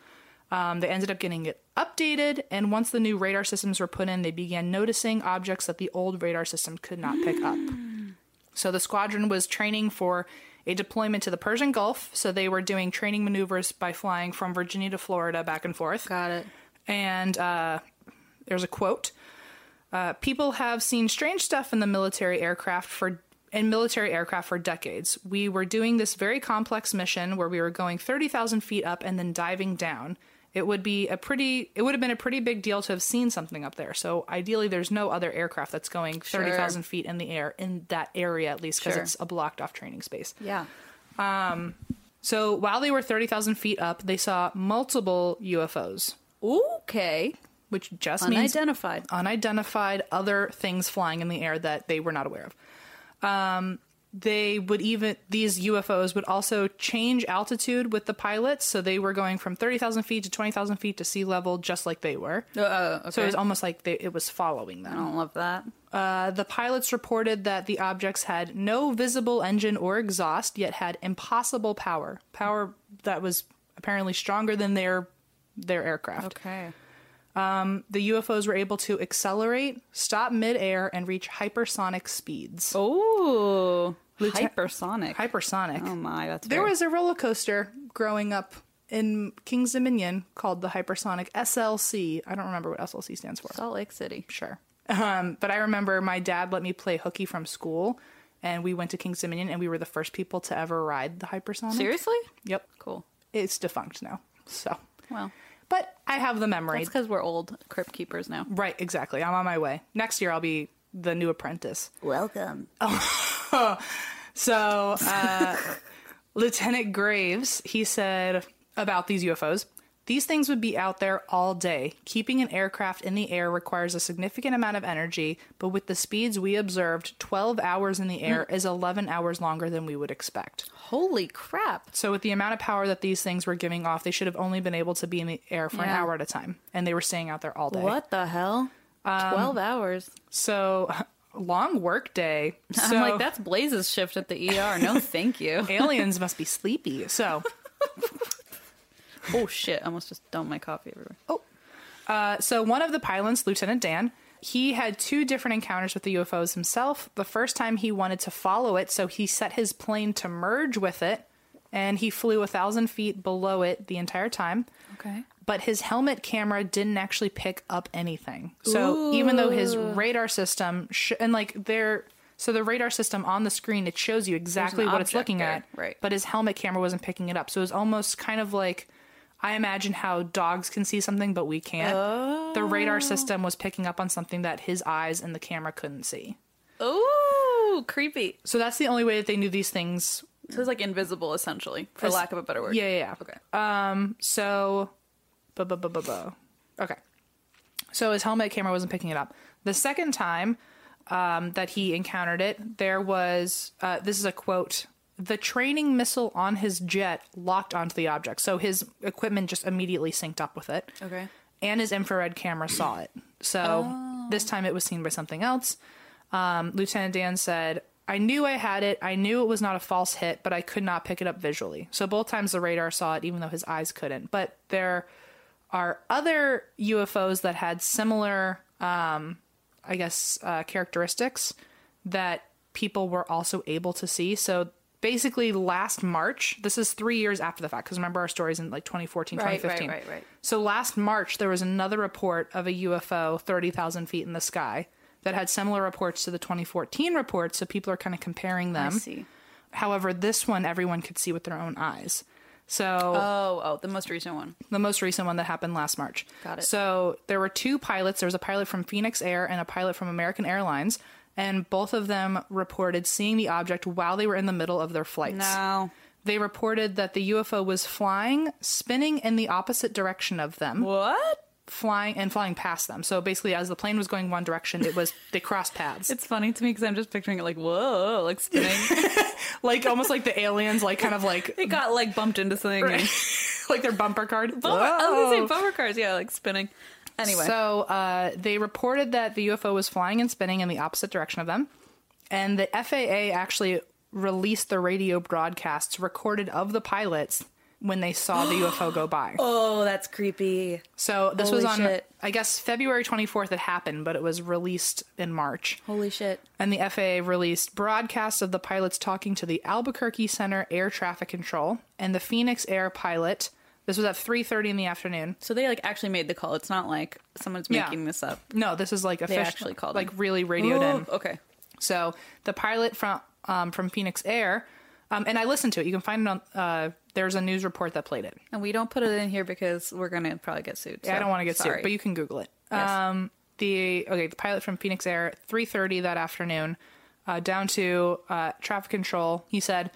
Speaker 2: Um, they ended up getting it updated, and once the new radar systems were put in, they began noticing objects that the old radar system could not pick up. So the squadron was training for a deployment to the Persian Gulf. So they were doing training maneuvers by flying from Virginia to Florida back and forth.
Speaker 3: Got it.
Speaker 2: And uh, there's a quote uh, People have seen strange stuff in the military aircraft for. In military aircraft for decades. We were doing this very complex mission where we were going 30,000 feet up and then diving down. It would be a pretty, it would have been a pretty big deal to have seen something up there. So ideally, there's no other aircraft that's going 30,000 feet in the air in that area, at least because
Speaker 3: Sure.
Speaker 2: it's a blocked off training space.
Speaker 3: Yeah.
Speaker 2: So while they were 30,000 feet up, they saw multiple UFOs,
Speaker 3: Okay.
Speaker 2: which just means
Speaker 3: Unidentified.
Speaker 2: unidentified other things flying in the air that they were not aware of. Um, they would even these UFOs would also change altitude with the pilots, so they were going from thirty thousand feet to twenty thousand feet to sea level, just like they were.
Speaker 3: Uh, okay. Oh.
Speaker 2: So it was almost like they, it was following
Speaker 3: I
Speaker 2: them.
Speaker 3: don't love that.
Speaker 2: Uh, the pilots reported that the objects had no visible engine or exhaust, yet had impossible power power that was apparently stronger than their their aircraft
Speaker 3: Okay.
Speaker 2: the UFOs were able to accelerate, stop midair, and reach hypersonic speeds.
Speaker 3: Oh,
Speaker 2: Lieutenant-
Speaker 3: hypersonic.
Speaker 2: Hypersonic.
Speaker 3: oh my, that's
Speaker 2: there
Speaker 3: very-
Speaker 2: was a roller coaster growing up in Kings Dominion called the Hypersonic SLC. I don't remember what SLC stands for.
Speaker 3: Salt Lake City.
Speaker 2: Sure. Um, but I remember my dad let me play hooky from school, and we went to Kings Dominion, and we were the first people to ever ride the Hypersonic.
Speaker 3: Seriously?
Speaker 2: Yep.
Speaker 3: Cool.
Speaker 2: It's defunct now. So,
Speaker 3: Well,
Speaker 2: but I have the memory.
Speaker 3: it's because we're old crypt keepers now.
Speaker 2: Right, exactly. I'm on my way. Next year, I'll be the new apprentice.
Speaker 3: Welcome.
Speaker 2: So, uh, Lieutenant Graves, he said about these UFOs these things would be out there all day. Keeping an aircraft in the air requires a significant amount of energy, but with the speeds we observed, 12 hours in the air is 11 hours longer than we would expect.
Speaker 3: Holy crap.
Speaker 2: So, with the amount of power that these things were giving off, they should have only been able to be in the air for an
Speaker 3: Yeah.
Speaker 2: hour at a time, and they were staying out there all day.
Speaker 3: What the hell? 12 hours.
Speaker 2: So, long work day. So,
Speaker 3: I'm like, that's Blaze's E shift at the ER. No, thank you.
Speaker 2: aliens must be sleepy. So,
Speaker 3: Oh shit! I almost just dumped my coffee everywhere.
Speaker 2: Oh. Uh, so one of the pilots, Lieutenant Dan, he had two different encounters with the UFOs himself. The first time he wanted to follow it, so he set his plane to merge with it, and he flew a thousand feet below it the entire time.
Speaker 3: Okay.
Speaker 2: But his helmet camera didn't actually pick up anything. So even though his radar system sh- and like their so the radar system on the screen it shows you exactly what it's
Speaker 3: object
Speaker 2: looking
Speaker 3: there,
Speaker 2: at,
Speaker 3: right.
Speaker 2: But his helmet camera wasn't picking it up, so it was almost kind of like I imagine how dogs can see something but we can't. The
Speaker 3: Oh.
Speaker 2: radar system was picking up on something that his eyes and the camera couldn't see.
Speaker 3: Oh, creepy.
Speaker 2: So that's the only way that they knew these things.
Speaker 3: So it's like invisible, essentially, for
Speaker 2: Es-
Speaker 3: lack of a better word.
Speaker 2: Yeah, yeah. yeah.
Speaker 3: Okay.
Speaker 2: So, bu- bu- bu- bu- bu. okay. So his helmet camera wasn't picking it up. The second time um, that he encountered it, there was uh, this is a quote: "The training missile on his jet locked onto the object, so his equipment just immediately synced up with it."
Speaker 3: Okay.
Speaker 2: and his infrared camera saw it. So
Speaker 3: Oh.
Speaker 2: this time it was seen by something else. Um, Lieutenant Dan said, I knew I had it. I knew it was not a false hit, but I could not pick it up visually. So both times the radar saw it, even though his eyes couldn't. But there are other UFOs that had similar, um, I guess, uh, characteristics that people were also able to see. So basically, last March, this is three years after the fact, because remember our stories in like 2014,
Speaker 3: Right, right,
Speaker 2: 2015.
Speaker 3: right, right.
Speaker 2: So last March, there was another report of a UFO 30,000 feet in the sky that had similar reports to the 2014 report. So people are kind of comparing them.
Speaker 3: I see.
Speaker 2: However, this one, everyone could see with their own eyes. So
Speaker 3: Oh, oh, the most recent one.
Speaker 2: the most recent one that happened last March.
Speaker 3: Got it.
Speaker 2: So there were two pilots. There was a pilot from Phoenix Air and a pilot from American Airlines, and both of them reported seeing the object while they were in the middle of their flights.
Speaker 3: No.
Speaker 2: They reported that the UFO was flying, spinning in the opposite direction of them,
Speaker 3: What?
Speaker 2: flying and flying past them. So basically, as the plane was going one direction, it was they crossed paths,
Speaker 3: It's funny to me because I'm just picturing it like whoa, like spinning.
Speaker 2: like almost like the aliens, like kind of like
Speaker 3: it got like bumped into something. and-
Speaker 2: like their bumper card.
Speaker 3: Bumper, I was
Speaker 2: Whoa.
Speaker 3: gonna say bumper cars. Yeah, like spinning. Anyway.
Speaker 2: So uh, they reported that the UFO was flying and spinning in the opposite direction of them. And the FAA actually released the radio broadcasts recorded of the pilots when they saw the UFO go by.
Speaker 3: oh, that's creepy.
Speaker 2: So this was on,
Speaker 3: Holy shit.
Speaker 2: I guess, February 24th it happened, but it was released in March.
Speaker 3: Holy shit.
Speaker 2: And the FAA released broadcasts of the pilots talking to the Albuquerque Center Air Traffic Control and the Phoenix Air pilot. This was at 3.30 in the afternoon.
Speaker 3: So they like actually made the call. It's not like someone's
Speaker 2: Yeah.
Speaker 3: making this up.
Speaker 2: No, this is like official,
Speaker 3: actually called Oh.
Speaker 2: like
Speaker 3: him.
Speaker 2: really radioed in.
Speaker 3: Ooh, okay.
Speaker 2: So the pilot from um, from Phoenix Air, um, and I listened to it. You can find it on. Uh, there's a news report that played it.
Speaker 3: And we don't put it in here because we're gonna probably get sued.
Speaker 2: I
Speaker 3: so
Speaker 2: don't want to get
Speaker 3: sorry.
Speaker 2: sued, but you can Google it.
Speaker 3: Yes.
Speaker 2: Um, the okay, the pilot from Phoenix Air, 3:30 that afternoon, uh, down to uh, traffic control. He said,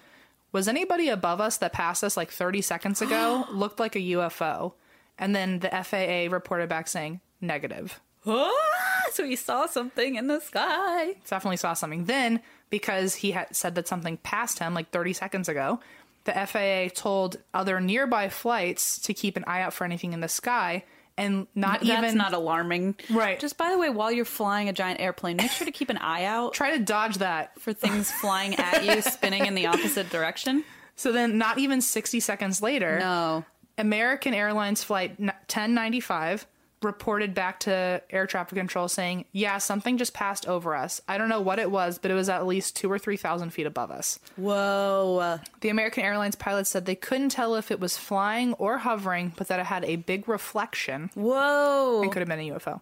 Speaker 2: "Was anybody above us that passed us like 30 seconds ago looked like a UFO?" And then the FAA reported back saying, "Negative."
Speaker 3: Ah, so he saw something in the sky.
Speaker 2: definitely saw something. Then, because he had said that something passed him like 30 seconds ago, the FAA told other nearby flights to keep an eye out for anything in the sky and not
Speaker 3: That's
Speaker 2: even
Speaker 3: not alarming.
Speaker 2: Right.
Speaker 3: Just by the way, while you're flying a giant airplane, make sure to keep an eye out
Speaker 2: try to dodge that.
Speaker 3: for things flying at you, spinning in the opposite direction.
Speaker 2: So then, not even 60 seconds later,
Speaker 3: No.
Speaker 2: American Airlines flight n- 1095 reported back to air traffic control saying, "Yeah, something just passed over us. I don't know what it was, but it was at least 2 or 3,000 feet above us."
Speaker 3: Whoa.
Speaker 2: The American Airlines pilot said they couldn't tell if it was flying or hovering, but that it had a big reflection
Speaker 3: Whoa.
Speaker 2: and could have been a UFO.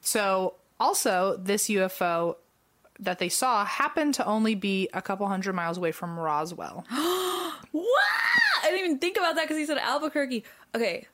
Speaker 2: So, also, this UFO that they saw happened to only be a couple hundred miles away from Roswell.
Speaker 3: What? I didn't even think about that because he said Albuquerque. Okay.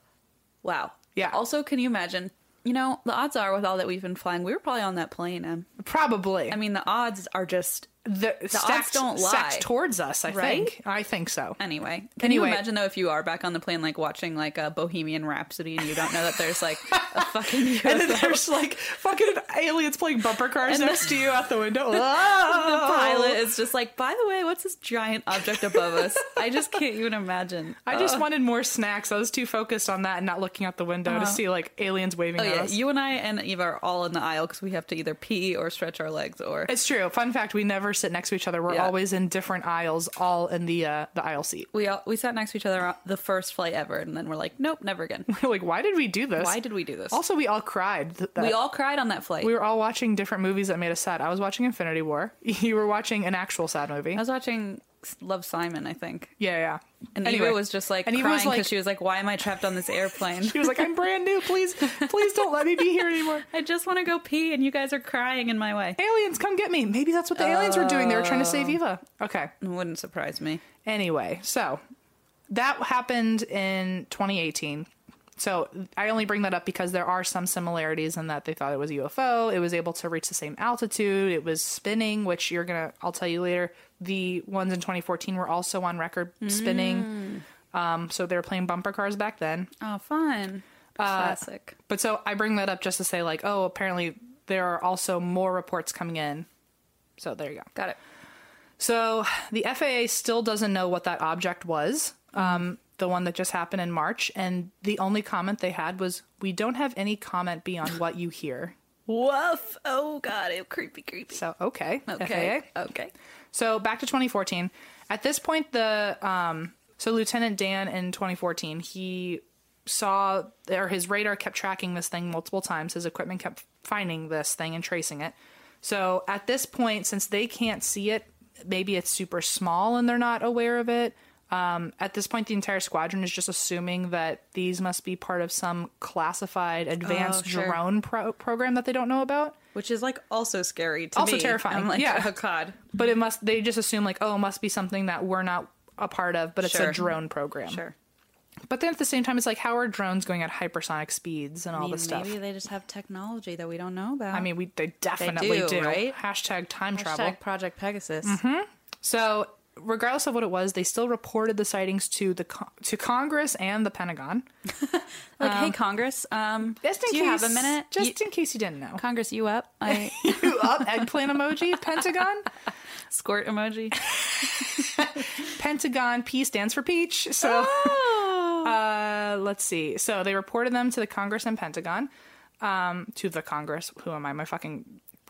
Speaker 3: Wow.
Speaker 2: Yeah.
Speaker 3: Also, can you imagine? You know, the odds are with all that we've been flying, we were probably on that plane. Em.
Speaker 2: Probably.
Speaker 3: I mean, the odds are just
Speaker 2: the, stacked,
Speaker 3: don't lie.
Speaker 2: stacked towards us, I
Speaker 3: Right?
Speaker 2: think. I think so.
Speaker 3: anyway. Can
Speaker 2: Anyway.
Speaker 3: you imagine though if you are back on the plane, like watching like a Bohemian Rhapsody, and you don't know that there's like a fucking
Speaker 2: And then
Speaker 3: UFO.
Speaker 2: there's like fucking aliens playing bumper cars
Speaker 3: And the-
Speaker 2: next to you out the window.
Speaker 3: the
Speaker 2: Whoa!
Speaker 3: pilot is just like, by the way, what's this giant object above us? I just can't even imagine.
Speaker 2: I just wanted more snacks. I was too focused on that and not looking out the window to see like aliens waving
Speaker 3: Oh
Speaker 2: at
Speaker 3: yeah,
Speaker 2: us.
Speaker 3: you and I and Eva are all in the aisle because we have to either pee or stretch our legs or
Speaker 2: it's true. Fun fact: we never sit next to each other. We're
Speaker 3: Yeah.
Speaker 2: always in different aisles, all in the uh, the aisle seat.
Speaker 3: We all, we sat next to each other on the first flight ever, and then we're like, nope, never again.
Speaker 2: like, why did we do this?
Speaker 3: Why did we do this?
Speaker 2: Also, we all cried. th- that-
Speaker 3: we all cried on that flight.
Speaker 2: we were all watching different movies that made us sad. I was watching Infinity War. You were watching an actual sad movie.
Speaker 3: I was watching Love Simon, I think,
Speaker 2: yeah, yeah.
Speaker 3: and
Speaker 2: Anyway.
Speaker 3: Eva was just like
Speaker 2: And Eva
Speaker 3: crying
Speaker 2: was
Speaker 3: because
Speaker 2: like-
Speaker 3: she was like, "Why am I trapped on this airplane?
Speaker 2: She was like, "I'm brand new. Please, please don't let me be here anymore.
Speaker 3: I just want to go pee, and you guys are crying in my way."
Speaker 2: Aliens, come get me." Maybe that's what the aliens were doing. They were trying to save Eva. Okay.
Speaker 3: It wouldn't surprise me.
Speaker 2: Anyway, so that happened in 2018. So I only bring that up because there are some similarities in that they thought it was a UFO. It was able to reach the same altitude. It was spinning, which you're gonna. I'll tell you later. The ones in 2014 were also on record spinning. Um, so they were playing bumper cars back then.
Speaker 3: Oh, fun. Classic.
Speaker 2: But so I bring that up just to say, like, oh, apparently there are also more reports coming in. So there you go.
Speaker 3: Got it.
Speaker 2: So the FAA still doesn't know what that object was, um, the one that just happened in March. And the only comment they had was, we don't have any comment beyond what you hear.
Speaker 3: Woof. Oh god, it creepy, creepy.
Speaker 2: So, okay.
Speaker 3: Okay.
Speaker 2: FAA.
Speaker 3: Okay.
Speaker 2: So back to 2014. At this point, the um, so Lieutenant Dan in 2014, he saw or his radar kept tracking this thing multiple times. His equipment kept finding this thing and tracing it. So at this point, since they can't see it, maybe it's super small and they're not aware of it. Um, at this point, the entire squadron is just assuming that these must be part of some classified advanced
Speaker 3: sure.
Speaker 2: drone pro- program that they don't know about.
Speaker 3: Which is like also scary to
Speaker 2: Also
Speaker 3: me.
Speaker 2: terrifying.
Speaker 3: I'm like,
Speaker 2: Yeah.
Speaker 3: oh god.
Speaker 2: But it must they just assume like, oh, it must be something that we're not a part of, but it's a
Speaker 3: Sure.
Speaker 2: drone program.
Speaker 3: Sure.
Speaker 2: But then at the same time it's like how are drones going at hypersonic speeds and all this stuff?
Speaker 3: Maybe they just have technology that we don't know about.
Speaker 2: I mean, we they definitely
Speaker 3: do,
Speaker 2: do.
Speaker 3: right?
Speaker 2: Hashtag time travel.
Speaker 3: Hashtag Project Pegasus.
Speaker 2: So, regardless of what it was, they still reported the sightings to the co- to Congress and the Pentagon.
Speaker 3: Like, hey Congress, um,
Speaker 2: Just in
Speaker 3: do
Speaker 2: case,
Speaker 3: you have a minute? You-
Speaker 2: Just in case you didn't know.
Speaker 3: Congress, you up? I
Speaker 2: You up? Eggplant emoji. Pentagon.
Speaker 3: squirt emoji.
Speaker 2: Pentagon. P stands for peach. So. Uh, let's see. So they reported them to the Congress and Pentagon. Um, to the Congress. Who am I? My fucking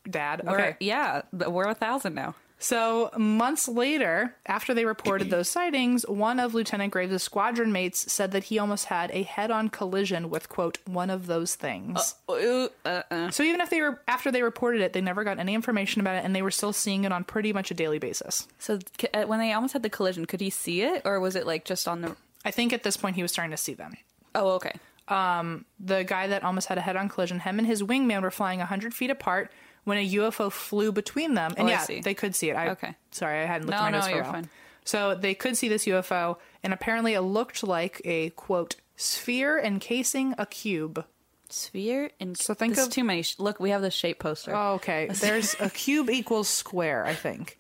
Speaker 2: dad.
Speaker 3: We're,
Speaker 2: Okay.
Speaker 3: Yeah, but we're a thousand now.
Speaker 2: So months later, after they reported those sightings, one of Lieutenant Graves' squadron mates said that he almost had a head-on collision with quote one of those things.
Speaker 3: Ooh, uh, uh.
Speaker 2: so even if they were after they reported it, they never got any information about it, and they were still seeing it on pretty much a daily basis.
Speaker 3: So c- uh, when they almost had the collision, could he see it, or was it like just on the?
Speaker 2: I think at this point he was starting to see them.
Speaker 3: Oh, okay.
Speaker 2: the guy that almost had a head-on collision, him and his wingman were flying 100 feet apart when a UFO flew between them. And
Speaker 3: Oh, I
Speaker 2: yeah,
Speaker 3: see.
Speaker 2: they could see it. I,
Speaker 3: Okay.
Speaker 2: Sorry, I hadn't looked
Speaker 3: No,
Speaker 2: at my notes
Speaker 3: no,
Speaker 2: for a
Speaker 3: you're
Speaker 2: while.
Speaker 3: fine.
Speaker 2: So they could see this UFO, and apparently it looked like a, quote, sphere encasing a cube.
Speaker 3: Sphere and
Speaker 2: So think
Speaker 3: There's
Speaker 2: of-
Speaker 3: too many. Sh- Look, we have the shape poster.
Speaker 2: Oh, okay. There's a cube equals square, I think.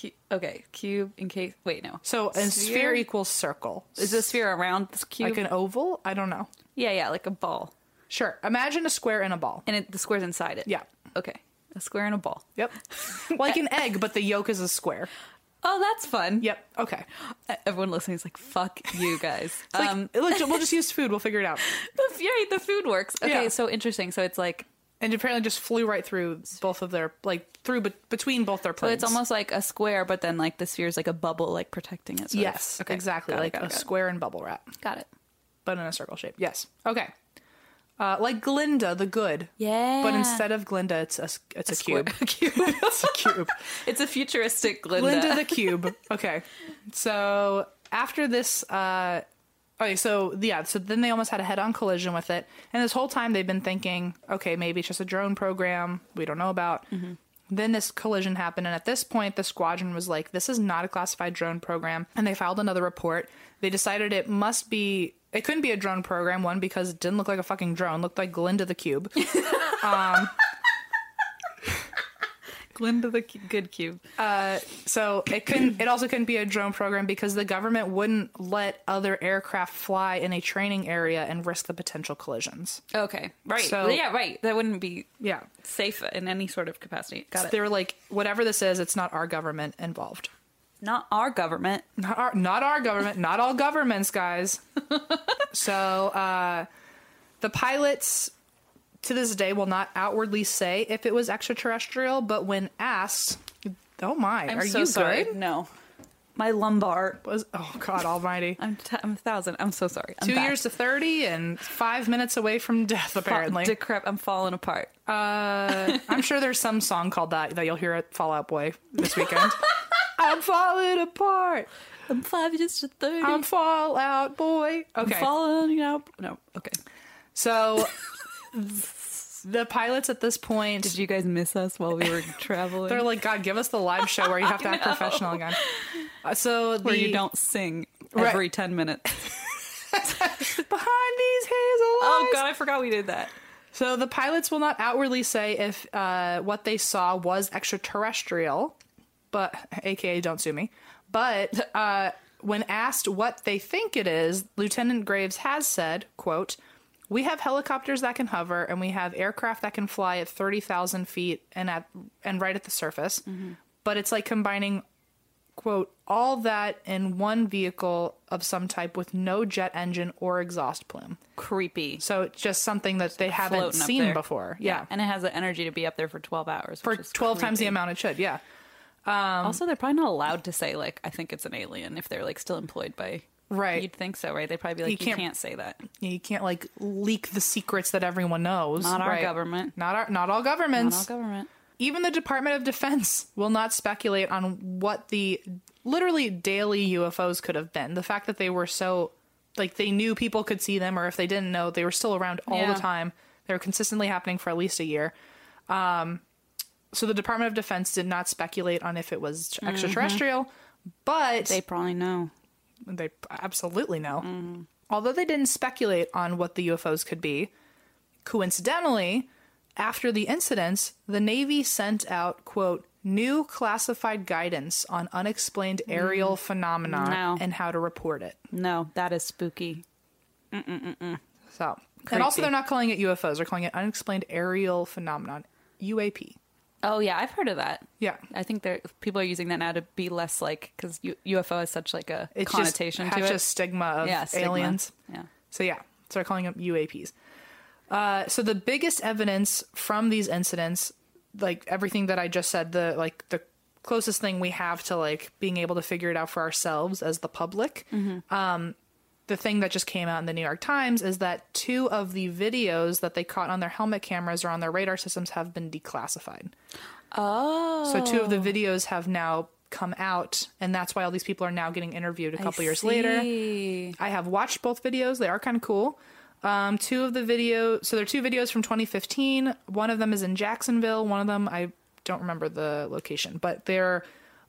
Speaker 3: Cu- okay, cube in case. Wait, no.
Speaker 2: So and sphere, e, equals circle.
Speaker 3: is the sphere around this cube?
Speaker 2: Like an oval? I don't know.
Speaker 3: yeah, yeah, like a ball,
Speaker 2: Sure. Imagine a square and a ball.
Speaker 3: and it, the square's inside it.
Speaker 2: Yeah.
Speaker 3: Okay, a square and a ball.
Speaker 2: Yep. like an egg, but the yolk is a square.
Speaker 3: Oh, that's fun.
Speaker 2: Yep. Okay.
Speaker 3: E- Everyone listening is like, "Fuck you guys."
Speaker 2: Like,
Speaker 3: um,
Speaker 2: look, we'll just use food. We'll figure it out.
Speaker 3: the, yeah, the food works. Okay,
Speaker 2: Yeah.
Speaker 3: so interesting. So it's like
Speaker 2: and apparently just flew right through both of their like through but between both their
Speaker 3: So
Speaker 2: planes.
Speaker 3: it's almost like a square, but then like the sphere is like a bubble, like protecting it. sort of.
Speaker 2: yes,
Speaker 3: Okay.
Speaker 2: exactly
Speaker 3: Got it,
Speaker 2: like
Speaker 3: got it,
Speaker 2: a
Speaker 3: got it.
Speaker 2: square and bubble wrap,
Speaker 3: Got it.
Speaker 2: but in a circle shape. Yes, okay, uh, like Glinda the good.
Speaker 3: Yeah.
Speaker 2: but instead of Glinda, it's a s- it's a,
Speaker 3: square-
Speaker 2: cube. it's a cube.
Speaker 3: It's a futuristic Glinda.
Speaker 2: Glinda the cube. Okay, so after this. Uh, Okay, so yeah, so then they almost had a head-on collision with it, and this whole time they've been thinking, okay, maybe it's just a drone program we don't know about. Then this collision happened, and at this point, the squadron was like, this is not a classified drone program, and they filed another report. They decided it must be, it couldn't be a drone program one because it didn't look like a fucking drone, looked like Glinda the cube.
Speaker 3: Glinda the cu- good cube.
Speaker 2: So it couldn't. It also couldn't be a drone program because the government wouldn't let other aircraft fly in a training area and risk the potential collisions.
Speaker 3: Okay. Right.
Speaker 2: So-
Speaker 3: yeah. Right. That wouldn't be
Speaker 2: Yeah,
Speaker 3: safe in any sort of capacity. Got
Speaker 2: so
Speaker 3: it.
Speaker 2: they were like, whatever this is, it's not our government involved.
Speaker 3: Not our government.
Speaker 2: Not our, not our government. Not all governments, guys. so uh, the pilots to this day will not outwardly say if it was extraterrestrial, but when asked, Oh my,
Speaker 3: I'm
Speaker 2: are
Speaker 3: so
Speaker 2: you
Speaker 3: sorry.
Speaker 2: good?
Speaker 3: No, my lumbar.
Speaker 2: Was oh God Almighty.
Speaker 3: I'm t- I'm a thousand. I'm so sorry. I'm
Speaker 2: Two
Speaker 3: back.
Speaker 2: years to thirty and five minutes away from death.
Speaker 3: Fa-
Speaker 2: Apparently,
Speaker 3: decrep. I'm falling apart.
Speaker 2: uh, I'm sure there's some song called that that you'll hear at Fallout Boy this weekend. I'm falling apart.
Speaker 3: I'm five just to thirty.
Speaker 2: I'm Fallout Boy. Okay,
Speaker 3: falling out. No, okay.
Speaker 2: so the pilots at this point
Speaker 3: Did you guys miss us while we were traveling?
Speaker 2: They're like, God, give us the live show where you have to act professional again. Uh, so
Speaker 3: where
Speaker 2: the,
Speaker 3: you don't sing
Speaker 2: Right.
Speaker 3: every ten minutes.
Speaker 2: behind these hazel eyes.
Speaker 3: oh God, I forgot we did that.
Speaker 2: So the pilots will not outwardly say if uh, what they saw was extraterrestrial, but AKA don't sue me. But uh, when asked what they think it is, Lieutenant Graves has said, "quote We have helicopters that can hover, and we have aircraft that can fly at thirty thousand feet and at and right at the surface. But it's like combining." quote all that in one vehicle of some type with no jet engine or exhaust plume
Speaker 3: Creepy.
Speaker 2: so it's just something that they haven't
Speaker 3: floating up
Speaker 2: seen
Speaker 3: there.
Speaker 2: before. Yeah.
Speaker 3: and it has the energy to be up there for twelve hours
Speaker 2: For 12 times the amount it should. Yeah.
Speaker 3: also, they're probably not allowed to say like I think it's an alien if they're like still employed by.
Speaker 2: Right.
Speaker 3: You'd think so, right? They'd probably be like,
Speaker 2: You
Speaker 3: you can't,
Speaker 2: can't-
Speaker 3: say that.
Speaker 2: Yeah, You can't like leak the secrets that everyone knows.
Speaker 3: Not our
Speaker 2: right?
Speaker 3: government.
Speaker 2: Not our not all
Speaker 3: Not
Speaker 2: governments.
Speaker 3: all government.
Speaker 2: Even the Department of Defense will not speculate on what the literally daily UFOs could have been. The fact that they were so like they knew people could see them or if they didn't know, they were still around all
Speaker 3: Yeah.
Speaker 2: the time. They were consistently happening for at least a year. Um so the Department of Defense did not speculate on if it was extraterrestrial, but
Speaker 3: Mm-hmm. They probably know.
Speaker 2: They absolutely know.
Speaker 3: Mm-hmm.
Speaker 2: Although they didn't speculate on what the UFOs could be, coincidentally, after the incidents, the Navy sent out, quote, new classified guidance on unexplained aerial phenomena
Speaker 3: Mm. No.
Speaker 2: and how to report it.
Speaker 3: No, that is spooky.
Speaker 2: So, and also
Speaker 3: Creepy.
Speaker 2: they're not calling it UFOs, they're calling it unexplained aerial phenomenon, UAP.
Speaker 3: Oh yeah, I've heard of that.
Speaker 2: Yeah.
Speaker 3: I think there people are using that now to be less like because UFO has such like a
Speaker 2: It's
Speaker 3: connotation
Speaker 2: just,
Speaker 3: to
Speaker 2: has
Speaker 3: it.
Speaker 2: just stigma of
Speaker 3: yeah, stigma.
Speaker 2: aliens.
Speaker 3: Yeah,
Speaker 2: So yeah, so they're calling them UAPs. Uh, so the biggest evidence from these incidents, like everything that I just said, the like the closest thing we have to like being able to figure it out for ourselves as the public. Um, the thing that just came out in the New York Times is that two of the videos that they caught on their helmet cameras or on their radar systems have been declassified.
Speaker 3: Oh,
Speaker 2: So two of the videos have now come out, and that's why all these people are now getting interviewed a couple years later. I have watched both videos. They are kind of cool. Um, two of the videos, so there are two videos from 2015. One of them is in Jacksonville. One of them, I don't remember the location, but they're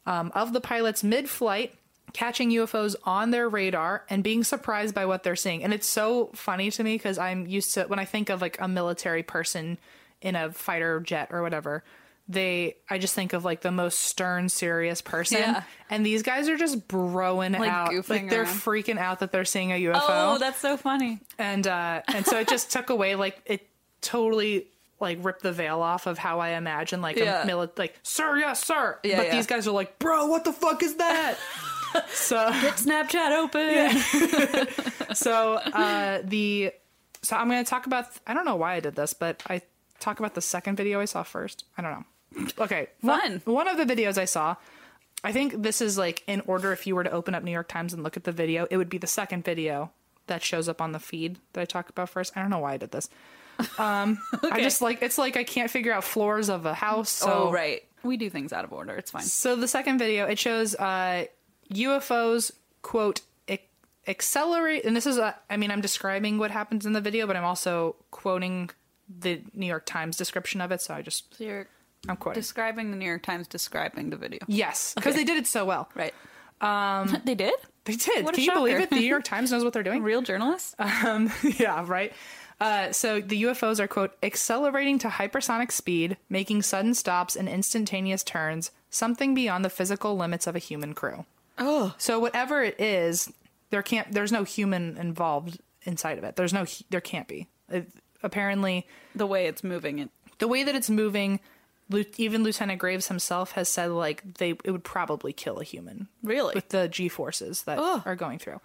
Speaker 2: um, of the pilots mid flight catching UFOs on their radar and being surprised by what they're seeing. And it's so funny to me because I'm used to, when I think of like a military person in a fighter jet or whatever, they, I just think of like the most stern, serious person.
Speaker 3: Yeah.
Speaker 2: And these guys are just broing
Speaker 3: Like
Speaker 2: out.
Speaker 3: goofing
Speaker 2: like they're
Speaker 3: around.
Speaker 2: freaking out that they're seeing a UFO.
Speaker 3: Oh, that's so funny.
Speaker 2: and uh and so it just took away like it totally like ripped the veil off of how I imagine like
Speaker 3: Yeah.
Speaker 2: a mili- like sir yes sir
Speaker 3: Yeah,
Speaker 2: but
Speaker 3: yeah.
Speaker 2: these guys are like bro what the fuck is that so
Speaker 3: Snapchat open.
Speaker 2: so uh the so I'm gonna talk about I don't know why I did this but I talk about the second video I saw first I don't know okay
Speaker 3: Fun.
Speaker 2: one, one of the videos I saw I think this is like in order if you were to open up New York Times and look at the video it would be the second video that shows up on the feed that I talked about first I don't know why I did this um I just like it's like I can't figure out floors of a house so
Speaker 3: oh, right. We do things out of order. It's fine.
Speaker 2: so the second video it shows uh, UFOs quote "ac- accelerate, and this is a, I mean I'm describing what happens in the video, but I'm also quoting the New York Times description of it. So I just
Speaker 3: So you're
Speaker 2: I'm quoting.
Speaker 3: describing the New York Times describing the video.
Speaker 2: yes, because they did it so well.
Speaker 3: Right. Um, they did.
Speaker 2: They did.
Speaker 3: What a
Speaker 2: Can you believe
Speaker 3: shocker.
Speaker 2: it? The New York Times knows what they're doing.
Speaker 3: Real journalists.
Speaker 2: yeah, right. Uh, so the UFOs are quote accelerating to hypersonic speed, making sudden stops and instantaneous turns, something beyond the physical limits of a human crew. Oh, so whatever it is, there can't. There's no human involved inside of it. There's no. hu- There can't be. It, apparently,
Speaker 3: the way it's moving it.
Speaker 2: the way that it's moving, Lu- even Lieutenant Graves himself has said like they it would probably kill a human.
Speaker 3: Really?
Speaker 2: with the g forces that are going through.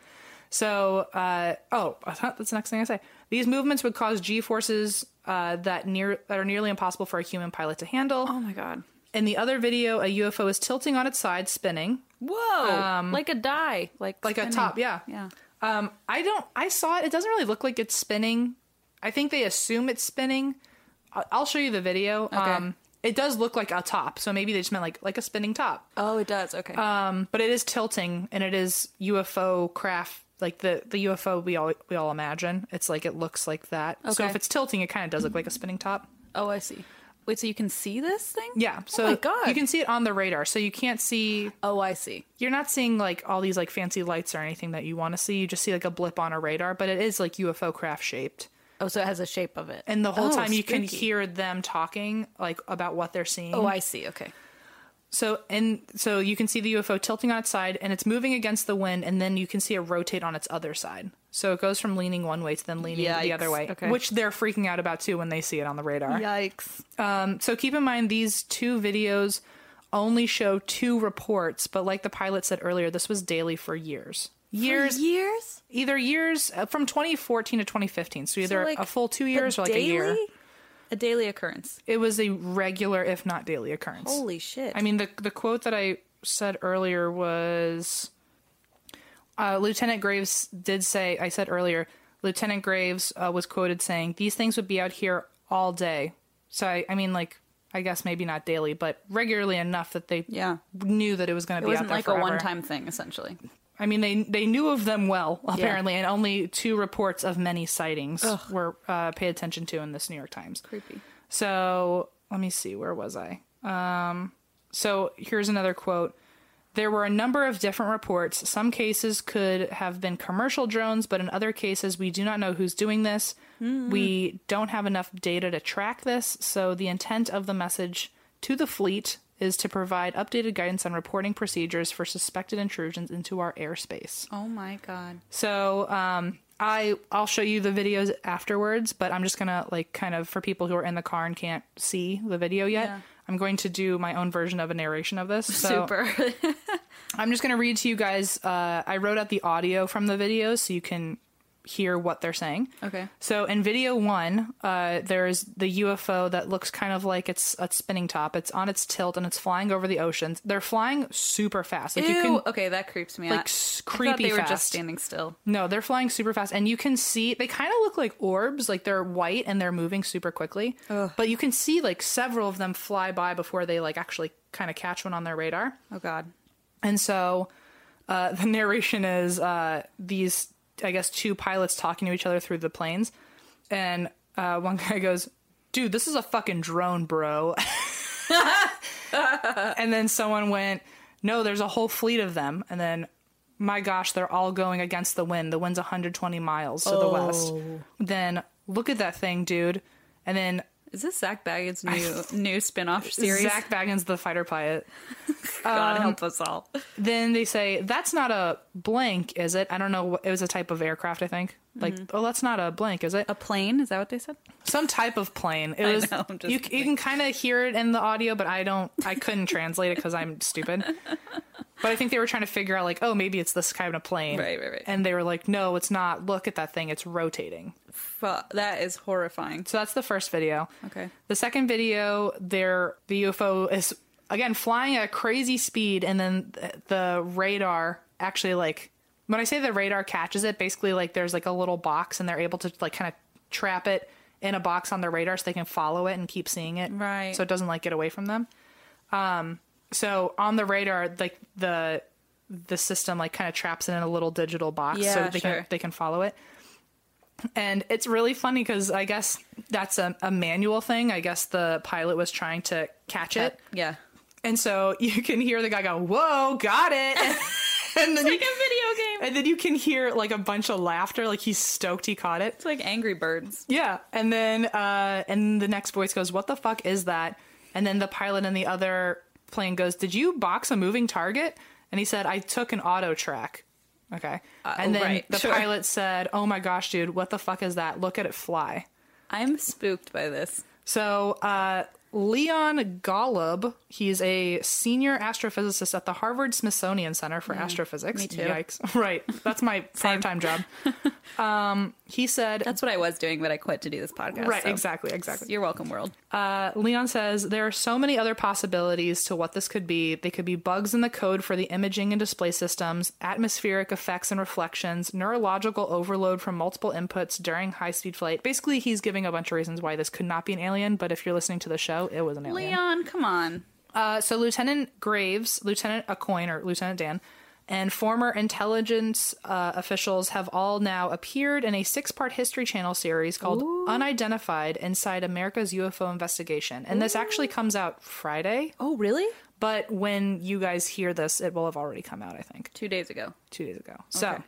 Speaker 2: So, uh, oh, that's the next thing I say. These movements would cause g forces uh, that near that are nearly impossible for a human pilot to handle.
Speaker 3: Oh my god.
Speaker 2: In the other video, a UFO is tilting on its side, spinning.
Speaker 3: Whoa! like a die, Um, like
Speaker 2: Like a
Speaker 3: spinning.
Speaker 2: top, yeah.
Speaker 3: yeah.
Speaker 2: Um, I don't. I saw it. It doesn't really look like it's spinning. I think they assume it's spinning. I- I'll show you the video. Um, it does look like a top, so maybe they just meant like like a spinning top.
Speaker 3: Oh, it does. Okay.
Speaker 2: Um, but it is tilting, and it is UFO craft like the the UFO we all we all imagine. It's like it looks like that. So
Speaker 3: Okay.
Speaker 2: if it's tilting, it kind of does look like a spinning top.
Speaker 3: oh, I see. Wait, so you can see this thing?
Speaker 2: Yeah. So
Speaker 3: oh my god.
Speaker 2: you can see it on the radar. So you can't see.
Speaker 3: Oh, I see.
Speaker 2: You're not seeing like all these like fancy lights or anything that you want to see. You just see like a blip on a radar, but it is like UFO craft shaped.
Speaker 3: Oh, so it has a shape of it.
Speaker 2: And the whole
Speaker 3: Oh,
Speaker 2: time you can
Speaker 3: spooky.
Speaker 2: hear them talking like about what they're seeing.
Speaker 3: Oh, I see. Okay.
Speaker 2: So and so you can see the UFO tilting on its side and it's moving against the wind and then you can see it rotate on its other side. So it goes from leaning one way to then leaning the
Speaker 3: Yikes.
Speaker 2: other way,
Speaker 3: Okay.
Speaker 2: which they're freaking out about too when they see it on the radar.
Speaker 3: Yikes.
Speaker 2: Um, so keep in mind these two videos only show two reports, but like the pilot said earlier, this was daily for years. Years,
Speaker 3: years.
Speaker 2: either years uh, from 2014 to 2015. So either a full two years or like a year.
Speaker 3: A daily occurrence.
Speaker 2: It was a regular, if not daily, occurrence.
Speaker 3: Holy shit.
Speaker 2: I mean, the the quote that I said earlier was uh, Lieutenant Graves did say. I said earlier, Lieutenant Graves uh, was quoted saying, "These things would be out here all day." So I, I mean, like, I guess maybe not daily, but regularly enough that they
Speaker 3: Yeah.
Speaker 2: knew that it was going
Speaker 3: it
Speaker 2: to be out
Speaker 3: wasn't
Speaker 2: there
Speaker 3: like
Speaker 2: forever.
Speaker 3: a one-time thing, essentially.
Speaker 2: I mean, they they knew of them well apparently, and only two reports of many sightings were uh, paid attention to in this New York Times.
Speaker 3: Creepy.
Speaker 2: So let me see, where was I? Um, so here's another quote. There were a number of different reports. Some cases could have been commercial drones, but in other cases, we do not know who's doing this. We don't have enough data to track this. So the intent of the message to the fleet is to provide updated guidance on reporting procedures for suspected intrusions into our airspace.
Speaker 3: Oh my god.
Speaker 2: So um, I I'll show you the videos afterwards, but I'm just gonna like kind of for people who are in the car and can't see the video yet.
Speaker 3: Yeah.
Speaker 2: I'm going to do my own version of a narration of this. So
Speaker 3: Super.
Speaker 2: I'm just going to read to you guys. Uh, I wrote out the audio from the videos so you can hear what they're saying.
Speaker 3: Okay.
Speaker 2: So in video one, uh, there's the UFO that looks kind of like it's a spinning top. It's on its tilt and it's flying over the oceans. They're flying super fast. Like you
Speaker 3: Ew.
Speaker 2: can
Speaker 3: okay, that creeps me
Speaker 2: like
Speaker 3: out.
Speaker 2: s-
Speaker 3: I thought
Speaker 2: creepy
Speaker 3: they were
Speaker 2: fast.
Speaker 3: just standing still.
Speaker 2: No, they're flying super fast, and you can see they kind of look like orbs, like they're white and they're moving super quickly. But you can see like several of them fly by before they like actually kind of catch one on their radar.
Speaker 3: Oh god.
Speaker 2: And so uh, the narration is uh, these, I guess, two pilots talking to each other through the planes, and uh, one guy goes, "Dude, this is a fucking drone, bro." and then someone went, "No, there's a whole fleet of them." And then, my gosh, they're all going against the wind. The wind's 120 miles to the west. Then look at that thing, dude. And then
Speaker 3: Is this Zach Baggett's new new spin-off series? Um,
Speaker 2: Zach Baggins, the fighter pilot.
Speaker 3: god help us all.
Speaker 2: then they say that's not a blank is it i don't know what it was a type of aircraft i think like oh that's not a blank is it
Speaker 3: Mm-hmm. A plane? Is that what they said?
Speaker 2: some type of plane it was
Speaker 3: know, I'm just
Speaker 2: you, you can kind of hear it in the audio but i don't i couldn't translate it because i'm stupid but i think they were trying to figure out like oh maybe it's this kind of plane
Speaker 3: Right, right, right.
Speaker 2: and they were like no it's not look at that thing it's rotating
Speaker 3: Fu- that is horrifying.
Speaker 2: so that's the first video
Speaker 3: Okay.
Speaker 2: the second video, there the UFO is again flying at a crazy speed, and then th- the radar actually like when I say the radar catches it, basically like there's like a little box, and they're able to like kind of trap it in a box on their radar so they can follow it and keep seeing it,
Speaker 3: Right.
Speaker 2: So it doesn't like get away from them. Um, so on the radar, like the the system like kind of traps it in a little digital box so
Speaker 3: Yeah,
Speaker 2: they can
Speaker 3: sure.
Speaker 2: they can follow it and it's really funny because I guess that's a, a manual thing. I guess the pilot was trying to catch it,
Speaker 3: Yeah.
Speaker 2: and so you can hear the guy go, "Whoa, got it!" and then you,
Speaker 3: Like a video game.
Speaker 2: and then you can hear like a bunch of laughter, like he's stoked he caught it.
Speaker 3: It's like Angry Birds.
Speaker 2: Yeah, and then uh, and the next voice goes, "What the fuck is that?" And then the pilot in the other plane goes, "Did you box a moving target?" And he said, "I took an auto track." Okay, and then
Speaker 3: Uh, right,
Speaker 2: the
Speaker 3: sure.
Speaker 2: pilot said, "Oh my gosh, dude, what the fuck is that? Look at it fly."
Speaker 3: I'm spooked by this.
Speaker 2: So, uh, Leon Golub, he's a senior astrophysicist at the Harvard
Speaker 3: Mm-hmm.
Speaker 2: Smithsonian Center for Astrophysics.
Speaker 3: me too.
Speaker 2: Yikes. Right. That's my part time job. Um, He said,
Speaker 3: That's what I was doing, but I quit to do this podcast.
Speaker 2: right,
Speaker 3: so.
Speaker 2: exactly, exactly.
Speaker 3: You're welcome, world.
Speaker 2: Uh, Leon says there are so many other possibilities to what this could be. They could be bugs in the code for the imaging and display systems, atmospheric effects and reflections, neurological overload from multiple inputs during high speed flight. Basically, he's giving a bunch of reasons why this could not be an alien, but if you're listening to the show, it was an alien.
Speaker 3: Leon, come on.
Speaker 2: Uh, so Lieutenant Graves, Lieutenant Acoin, or Lieutenant Dan, and former intelligence uh, officials have all now appeared in a six-part History Channel series called "Unidentified: Inside America's UFO Investigation," and this actually comes out Friday.
Speaker 3: Oh, really?
Speaker 2: But when you guys hear this, it will have already come out. I think
Speaker 3: Two days ago.
Speaker 2: two days ago. So,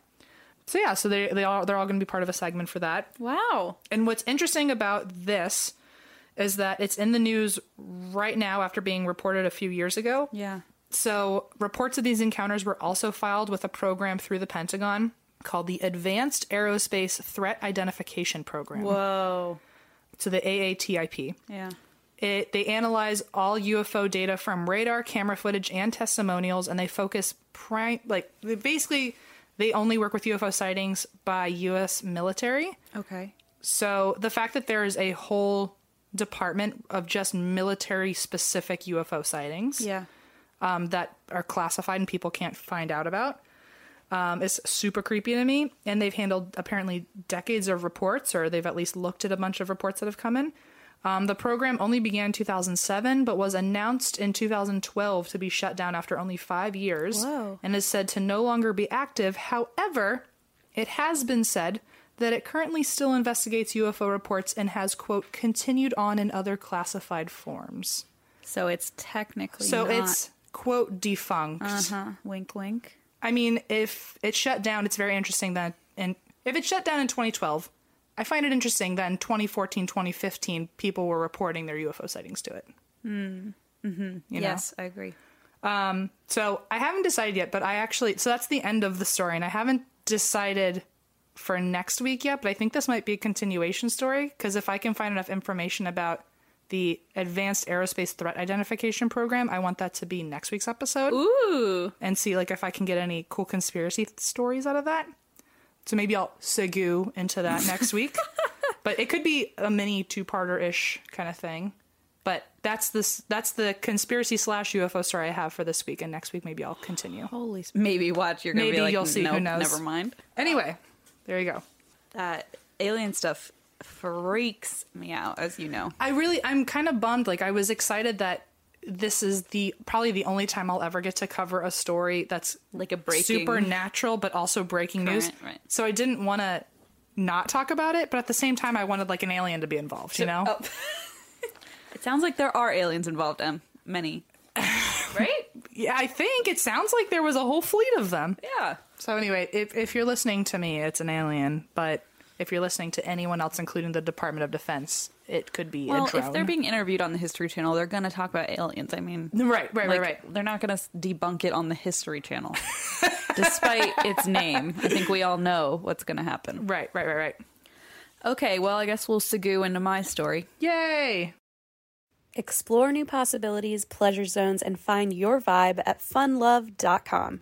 Speaker 2: so yeah, so they they all they're all going to be part of a segment for that.
Speaker 3: Wow.
Speaker 2: And what's interesting about this is that it's in the news right now after being reported a few years ago.
Speaker 3: Yeah.
Speaker 2: So, reports of these encounters were also filed with a program through the Pentagon called the Advanced Aerospace Threat Identification Program.
Speaker 3: Whoa.
Speaker 2: So, the AATIP.
Speaker 3: Yeah.
Speaker 2: It, they analyze all UFO data from radar, camera footage, and testimonials, and they focus pri- like they basically they only work with UFO sightings by U.S. military.
Speaker 3: Okay.
Speaker 2: So the fact that there is a whole department of just military specific UFO sightings
Speaker 3: Yeah.
Speaker 2: um, that are classified and people can't find out about um, is super creepy to me. And they've handled apparently decades of reports, or they've at least looked at a bunch of reports that have come in. Um, the program only began in 2007, but was announced in 2012 to be shut down after only five years
Speaker 3: Whoa.
Speaker 2: and is said to no longer be active. However, it has been said that it currently still investigates UFO reports and has, quote, continued on in other classified forms.
Speaker 3: So it's technically
Speaker 2: So
Speaker 3: not-
Speaker 2: it's quote defunct.
Speaker 3: uh-huh. Wink, wink.
Speaker 2: I mean, if it shut down, it's very interesting that and if it shut down in 2012, I find it interesting that in 2014, 2015, people were reporting their UFO sightings to it. Mm. Mm-hmm.
Speaker 3: yes, I agree.
Speaker 2: So I haven't decided yet, but I actually so that's the end of the story, and I haven't decided for next week yet. But I think this might be a continuation story because if I can find enough information about the Advanced Aerospace Threat Identification Program, I want that to be next week's episode
Speaker 3: Ooh.
Speaker 2: and see like if I can get any cool conspiracy th- stories out of that. So maybe I'll segue into that next week. But it could be a mini two-parter ish kind of thing. But that's this that's the conspiracy slash UFO story I have for this week, and next week maybe I'll continue.
Speaker 3: Holy. s- Maybe watch. You're gonna
Speaker 2: Maybe
Speaker 3: be like,
Speaker 2: you'll see,
Speaker 3: "Nope,
Speaker 2: who knows."
Speaker 3: Never mind.
Speaker 2: Anyway, there you go.
Speaker 3: That alien stuff freaks me out, as you know.
Speaker 2: I really I'm kind of bummed. Like I was excited that this is the probably the only time I'll ever get to cover a story that's
Speaker 3: Like a breaking-
Speaker 2: supernatural but also breaking news.
Speaker 3: Current, right.
Speaker 2: So I didn't want to not talk about it, but at the same time I wanted like an alien to be involved, you know?
Speaker 3: Oh. it sounds like there are aliens involved. Um, many. right?
Speaker 2: Yeah, I think it sounds like there was a whole fleet of them.
Speaker 3: Yeah.
Speaker 2: So anyway, if if you're listening to me, it's an alien, but if you're listening to anyone else including the Department of Defense, it could be
Speaker 3: Well,
Speaker 2: a drone.
Speaker 3: if they're being interviewed on the History Channel, they're going to talk about aliens. I mean,
Speaker 2: Right, right, right,
Speaker 3: like,
Speaker 2: right.
Speaker 3: They're not going to debunk it on the History Channel, despite its name. I think we all know what's going to happen.
Speaker 2: Right, right, right, right.
Speaker 3: Okay, well, I guess we'll segue into my story.
Speaker 2: Yay!
Speaker 1: Explore new possibilities, pleasure zones, and find your vibe at funlove.com.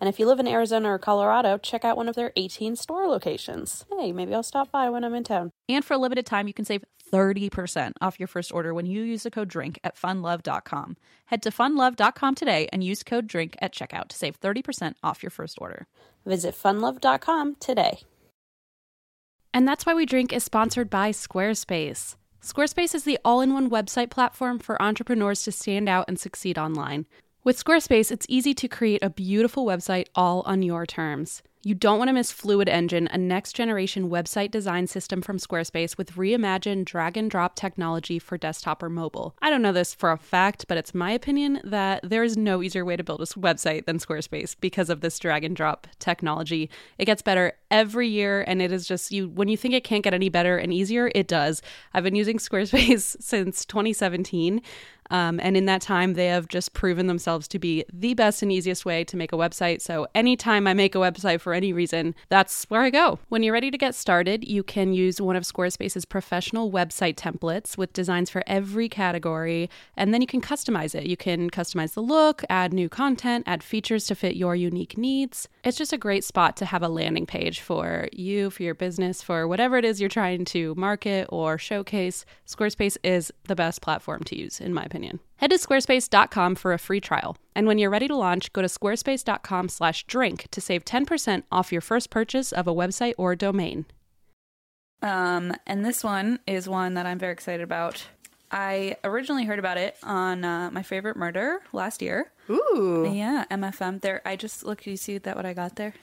Speaker 1: And if you live in Arizona or Colorado, check out one of their 18 store locations. Hey, maybe I'll stop by when I'm in town.
Speaker 3: And for a limited time, you can save 30% off your first order when you use the code DRINK at funlove.com. Head to funlove.com today and use code DRINK at checkout to save 30% off your first order.
Speaker 1: Visit funlove.com today.
Speaker 4: And that's why We Drink is sponsored by Squarespace. Squarespace is the all in one website platform for entrepreneurs to stand out and succeed online. With Squarespace, it's easy to create a beautiful website all on your terms. You don't want to miss Fluid Engine, a next generation website design system from Squarespace with reimagined drag and drop technology for desktop or mobile. I don't know this for a fact, but it's my opinion that there is no easier way to build a s- website than Squarespace because of this drag and drop technology. It gets better every year and it is just you when you think it can't get any better and easier, it does. I've been using Squarespace since 2017. Um, and in that time, they have just proven themselves to be the best and easiest way to make a website. So, anytime I make a website for any reason, that's where I go. When you're ready to get started, you can use one of Squarespace's professional website templates with designs for every category, and then you can customize it. You can customize the look, add new content, add features to fit your unique needs. It's just a great spot to have a landing page for you, for your business, for whatever it is you're trying to market or showcase. Squarespace is the best platform to use, in my opinion. Head to squarespace.com for a free trial. And when you're ready to launch, go to squarespace.com slash drink to save 10% off your first purchase of a website or domain.
Speaker 3: Um, and this one is one that I'm very excited about. I originally heard about it on uh, my favorite murder last year.
Speaker 2: Ooh.
Speaker 3: Yeah, MFM. There, I just look. You see that what I got there?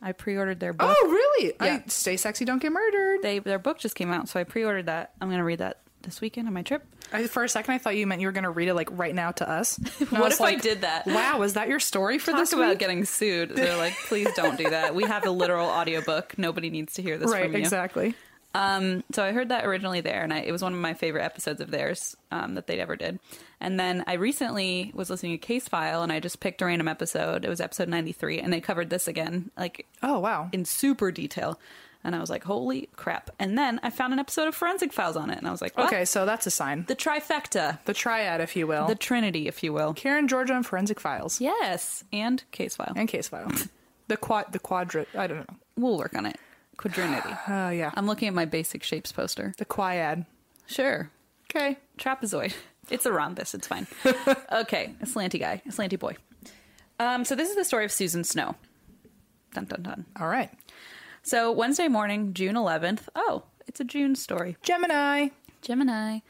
Speaker 3: I pre-ordered their book.
Speaker 2: Oh, really?
Speaker 3: Yeah.
Speaker 2: I, stay sexy, don't get murdered.
Speaker 3: They their book just came out, so I pre-ordered that. I'm gonna read that this weekend on my trip.
Speaker 2: I, for a second, I thought you meant you were going to read it like right now to us. And
Speaker 3: What
Speaker 2: was
Speaker 3: if I did that?
Speaker 2: Wow, is that your story for
Speaker 3: Talk
Speaker 2: this
Speaker 3: about
Speaker 2: week?
Speaker 3: getting sued. They're like, please don't do that. We have a literal audiobook. Nobody needs to hear this
Speaker 2: right,
Speaker 3: from you.
Speaker 2: exactly.
Speaker 3: Um, so I heard that originally there, and I, it was one of my favorite episodes of theirs um, that they'd ever did. And then I recently was listening to Case File, and I just picked a random episode. It was episode ninety three, and they covered this again, like
Speaker 2: Oh wow.
Speaker 3: in super detail. And I was like, holy crap! And then I found an episode of Forensic Files on it, and I was like, well,
Speaker 2: okay, so that's a sign.
Speaker 3: the trifecta,
Speaker 2: The triad, if you will.
Speaker 3: the Trinity, if you will.
Speaker 2: Karen, Georgia, and Forensic Files.
Speaker 3: Yes, and Case File.
Speaker 2: And Case File. the quad, the quadrat. I don't know.
Speaker 3: We'll work on it. Quadrinity.
Speaker 2: Oh yeah.
Speaker 3: I'm looking at my basic shapes poster.
Speaker 2: the quad.
Speaker 3: Sure.
Speaker 2: Okay.
Speaker 3: trapezoid. It's a rhombus. It's fine. okay, a slanty guy, a slanty boy. Um, so this is the story of Susan Snow. Dun dun dun.
Speaker 2: All right.
Speaker 3: So Wednesday morning, June eleventh. Oh, it's a June story.
Speaker 2: Gemini.
Speaker 3: Gemini.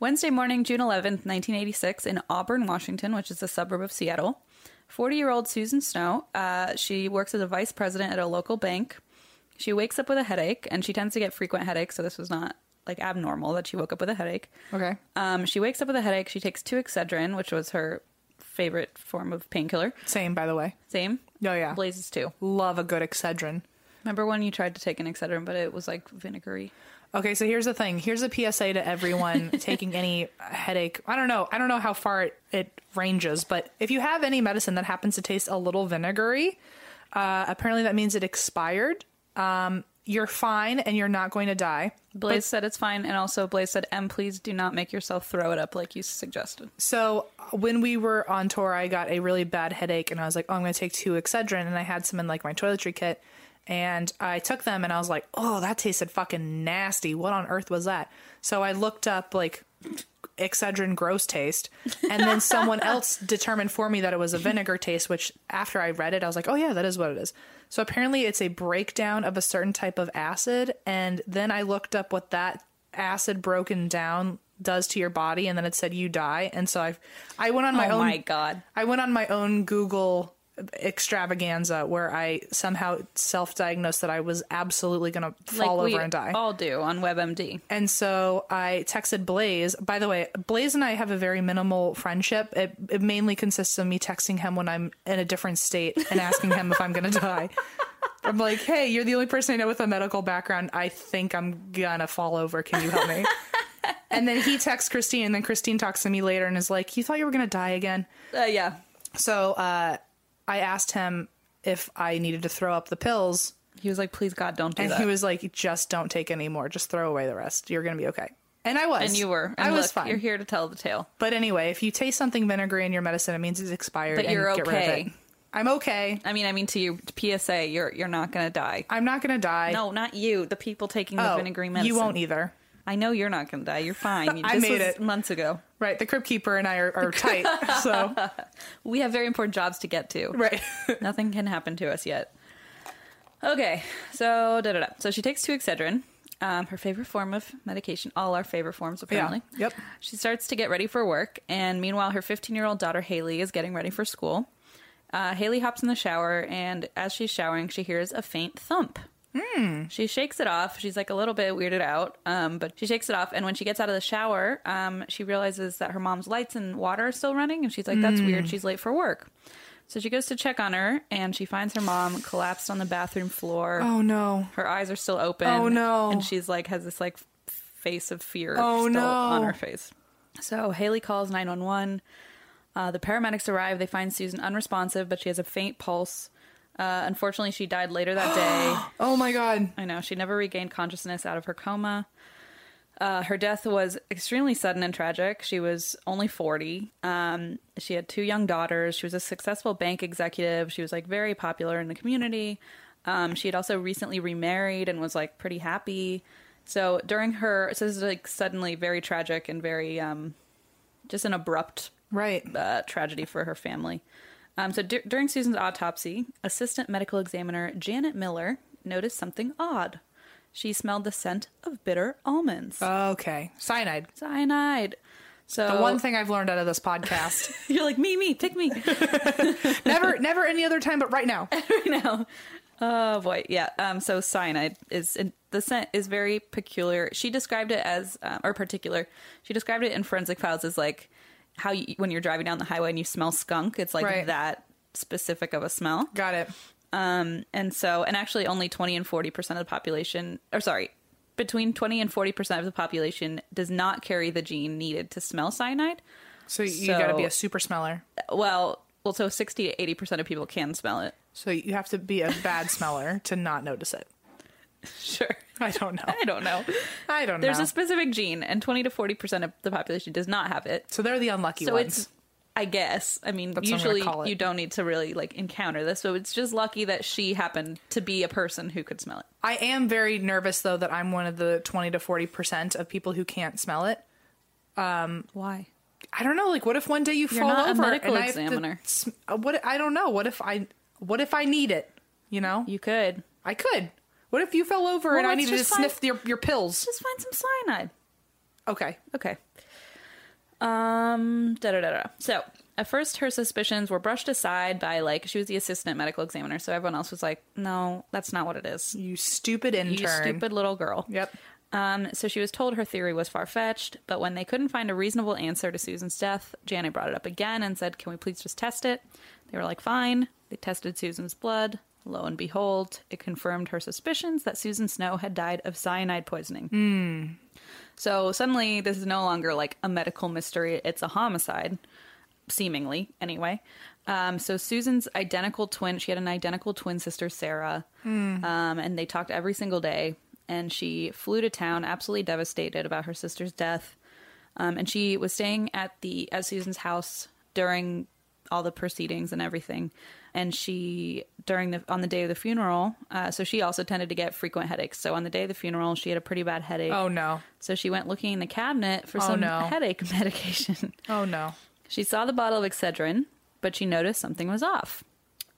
Speaker 3: Wednesday morning, June 11th, 1986, in Auburn, Washington, which is a suburb of Seattle. 40 year old Susan Snow, uh, she works as a vice president at a local bank. She wakes up with a headache, and she tends to get frequent headaches, so this was not like abnormal that she woke up with a headache.
Speaker 2: Okay.
Speaker 3: Um, she wakes up with a headache. She takes two Excedrin, which was her favorite form of painkiller.
Speaker 2: Same, by the way.
Speaker 3: Same.
Speaker 2: Oh yeah.
Speaker 3: Blazes two.
Speaker 2: Love a good Excedrin.
Speaker 3: Remember when you tried to take an Excedrin, but it was like vinegary?
Speaker 2: Okay, so here's the thing. Here's a PSA to everyone taking any headache. I don't know. I don't know how far it, it ranges, but if you have any medicine that happens to taste a little vinegary, uh, apparently that means it expired. Um, you're fine and you're not going to die.
Speaker 3: Blaze said it's fine, and also Blaze said, "M, please do not make yourself throw it up like you suggested."
Speaker 2: So uh, when we were on tour, I got a really bad headache, and I was like, "Oh, I'm going to take two Excedrin," and I had some in like my toiletry kit, and I took them, and I was like, "Oh, that tasted fucking nasty. What on earth was that?" So I looked up like Excedrin gross taste, and then someone else determined for me that it was a vinegar taste. Which after I read it, I was like, "Oh yeah, that is what it is." So apparently, it's a breakdown of a certain type of acid, and then I looked up what that acid broken down does to your body and then it said you die and so i i went on my
Speaker 3: oh
Speaker 2: own
Speaker 3: my god!
Speaker 2: i went on my own google extravaganza where i somehow self-diagnosed that i was absolutely gonna fall
Speaker 3: like we
Speaker 2: over and die
Speaker 3: all do on WebMD.
Speaker 2: and so I texted Blaze. By the way, Blaze and I have a very minimal friendship. It, it mainly consists of me texting him when I'm in a different state and asking him if I'm going to die. I'm like, hey, you're the only person I know with a medical background. I think I'm going to fall over. Can you help me? and then he texts Christine, and then Christine talks to me later and is like, you thought you were going to die again?
Speaker 3: Uh, yeah,
Speaker 2: So uh, I asked him if I needed to throw up the pills.
Speaker 3: he was like, "Please God, don't do
Speaker 2: And
Speaker 3: that."
Speaker 2: he was like, just don't take any more. Just throw away the rest. You're going to be okay. And I was.
Speaker 3: and you were.
Speaker 2: I
Speaker 3: And
Speaker 2: was
Speaker 3: look,
Speaker 2: fine.
Speaker 3: You're here to tell the tale.
Speaker 2: But anyway, if you taste something vinegary in your medicine, it means it's expired.
Speaker 3: But
Speaker 2: and
Speaker 3: you're
Speaker 2: get rid of it.
Speaker 3: okay.
Speaker 2: I'm okay.
Speaker 3: I mean, I mean to you, to PSA, you're you're not gonna die.
Speaker 2: I'm not going to die.
Speaker 3: No, not you. The people taking the
Speaker 2: Oh,
Speaker 3: vinegary medicine.
Speaker 2: You won't either.
Speaker 3: I know you're not gonna die. You're fine. You,
Speaker 2: I
Speaker 3: this
Speaker 2: made
Speaker 3: was
Speaker 2: it.
Speaker 3: months ago.
Speaker 2: Right. The crib keeper and I are, are tight. So,
Speaker 3: We have very important jobs to get to.
Speaker 2: right.
Speaker 3: Nothing can happen to us yet. Okay, so da da da. So she takes two Excedrin, um, her favorite form of medication, all our favorite forms apparently.
Speaker 2: Yeah. Yep.
Speaker 3: She starts to get ready for work, and meanwhile, her 15 year old daughter Haley is getting ready for school. Uh, Haley hops in the shower, and as she's showering, she hears a faint thump. She shakes it off. She's like a little bit weirded out, um, but she shakes it off. And when she gets out of the shower, um, she realizes that her mom's lights and water are still running, and she's like, "That's
Speaker 2: Mm.
Speaker 3: weird. She's late for work." So she goes to check on her, and she finds her mom collapsed on the bathroom floor.
Speaker 2: Oh no.
Speaker 3: Her eyes are still open.
Speaker 2: Oh, no.
Speaker 3: And she's like has this like f- face of fear
Speaker 2: Oh,
Speaker 3: still
Speaker 2: no.
Speaker 3: on her face. So Haley calls 911. Uh, the paramedics arrive. They find Susan unresponsive, but she has a faint pulse. Uh, unfortunately, she died later that day.
Speaker 2: Oh my god.
Speaker 3: I know. She never regained consciousness out of her coma. Uh, her death was extremely sudden and tragic. She was only 40. Um, she had two young daughters. She was a successful bank executive. She was like very popular in the community. Um, she had also recently remarried and was like pretty happy. So during her, so this is like suddenly very tragic and very um, just an abrupt
Speaker 2: Right.
Speaker 3: uh, tragedy for her family. Um, so dur during Susan's autopsy, assistant medical examiner Janet Miller noticed something odd. She smelled the scent of bitter almonds,
Speaker 2: Okay. Cyanide.
Speaker 3: cyanide. So
Speaker 2: Uh. The one thing I've learned out of this podcast.
Speaker 3: you're like me, me, pick me.
Speaker 2: never never any other time but right now.
Speaker 3: Oh boy, yeah. Um, so cyanide is in, the scent is very peculiar. She described it as um, or particular. She described it in forensic files as like how you, when you're driving down the highway and you smell skunk. It's like
Speaker 2: Right.
Speaker 3: that specific of a smell.
Speaker 2: Got it.
Speaker 3: Um, and so, and actually, only 20 and 40% of the population, or sorry, between 20 and 40% of the population does not carry the gene needed to smell cyanide.
Speaker 2: So you
Speaker 3: So-
Speaker 2: got to be a super smeller.
Speaker 3: Well, well, so 60 to 80% of people can smell it.
Speaker 2: So you have to be a bad smeller to not notice it.
Speaker 3: Sure.
Speaker 2: I don't know.
Speaker 3: I don't know.
Speaker 2: I don't
Speaker 3: There's
Speaker 2: know.
Speaker 3: a specific gene, and 20 to 40% of the population does not have it.
Speaker 2: so they're the unlucky
Speaker 3: so
Speaker 2: ones.
Speaker 3: it's i guess i mean
Speaker 2: That's what I'm gonna
Speaker 3: usually
Speaker 2: call it.
Speaker 3: you don't need to really like encounter this so it's just lucky that she happened to be a person who could smell it
Speaker 2: I am very nervous though that I'm one of the 20 to 40% of people who can't smell it.
Speaker 3: why
Speaker 2: I don't know. Like, what if one day you
Speaker 3: You're
Speaker 2: fall
Speaker 3: not a
Speaker 2: over
Speaker 3: medical
Speaker 2: and I have to
Speaker 3: examiner.
Speaker 2: sm- uh, what I don't know. What if I? What if I need it? You know,
Speaker 3: you could
Speaker 2: I could. What if you fell over and I
Speaker 3: let's
Speaker 2: needed to
Speaker 3: just find-
Speaker 2: sniff your your pills?
Speaker 3: just find some cyanide
Speaker 2: Okay.
Speaker 3: Okay. Um, da da da da. So at first, her suspicions were brushed aside by like she was the assistant medical examiner, so everyone else was like, "No, that's not what it is."
Speaker 2: You stupid intern.
Speaker 3: You stupid little girl.
Speaker 2: Yep.
Speaker 3: Um, so she was told her theory was far fetched, but when they couldn't find a reasonable answer to Susan's death, Janet brought it up again and said, Can we please just test it? They were like, Fine. They tested Susan's blood. Lo and behold, it confirmed her suspicions that Susan Snow had died of cyanide poisoning. So suddenly, this is no longer like a medical mystery, it's a homicide, seemingly, anyway. Um, so Susan's identical twin, she had an identical twin sister, Sarah,
Speaker 2: Mm-hmm.
Speaker 3: um, and they talked every single day. And she flew to town, absolutely devastated about her sister's death. Um, and she was staying at the at Susan's house during all the proceedings and everything. And she during the on the day of the funeral, uh, so she also tended to get frequent headaches. So on the day of the funeral, she had a pretty bad headache.
Speaker 2: Oh no.
Speaker 3: So she went looking in the cabinet for
Speaker 2: Oh,
Speaker 3: some
Speaker 2: no.
Speaker 3: headache medication.
Speaker 2: Oh no.
Speaker 3: she saw the bottle of Excedrin, but she noticed something was off.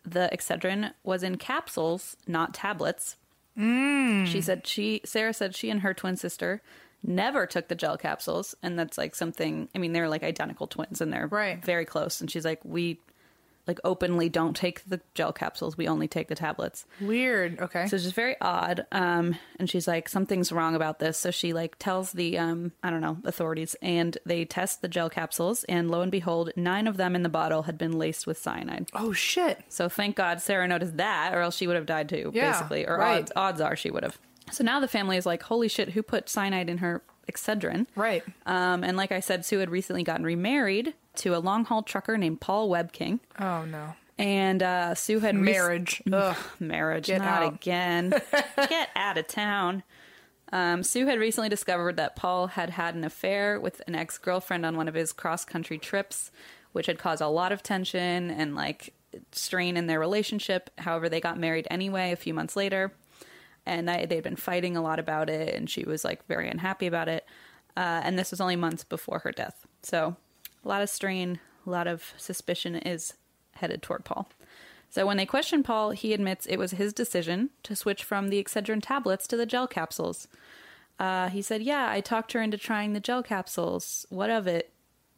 Speaker 3: The Excedrin was in capsules, not tablets. Mm. She said she Sarah said she and her twin sister never took the gel capsules, and that's like something. I mean, they're like identical twins, and they're
Speaker 2: Right.
Speaker 3: very close. And she's like, we like openly don't take the gel capsules. We only take the tablets.
Speaker 2: Weird. Okay.
Speaker 3: So it's just very odd. Um, and she's like, something's wrong about this. So she like tells the um, I don't know authorities, and they test the gel capsules, and lo and behold, nine of them in the bottle had been laced with cyanide.
Speaker 2: oh shit.
Speaker 3: So thank God Sarah noticed that, or else she would have died too,
Speaker 2: Yeah,
Speaker 3: basically. Or
Speaker 2: right.
Speaker 3: odds, odds are she would have. So now the family is like, holy shit, who put cyanide in her Excedrin?
Speaker 2: Right.
Speaker 3: Um, and like I said, Sue had recently gotten remarried to a long haul trucker named Paul Webb King.
Speaker 2: Oh no.
Speaker 3: And uh, Sue had rec-
Speaker 2: Marriage. Ugh.
Speaker 3: marriage
Speaker 2: Get
Speaker 3: not
Speaker 2: out.
Speaker 3: again get out of town um, sue had recently discovered that paul had had an affair with an ex-girlfriend on one of his cross-country trips which had caused a lot of tension and like strain in their relationship however they got married anyway a few months later and they- they'd been fighting a lot about it and she was like very unhappy about it uh, and this was only months before her death so a lot of strain a lot of suspicion is headed toward paul so when they question paul he admits it was his decision to switch from the excedrin tablets to the gel capsules Uh, he said, Yeah, I talked her into trying the gel capsules. What of it?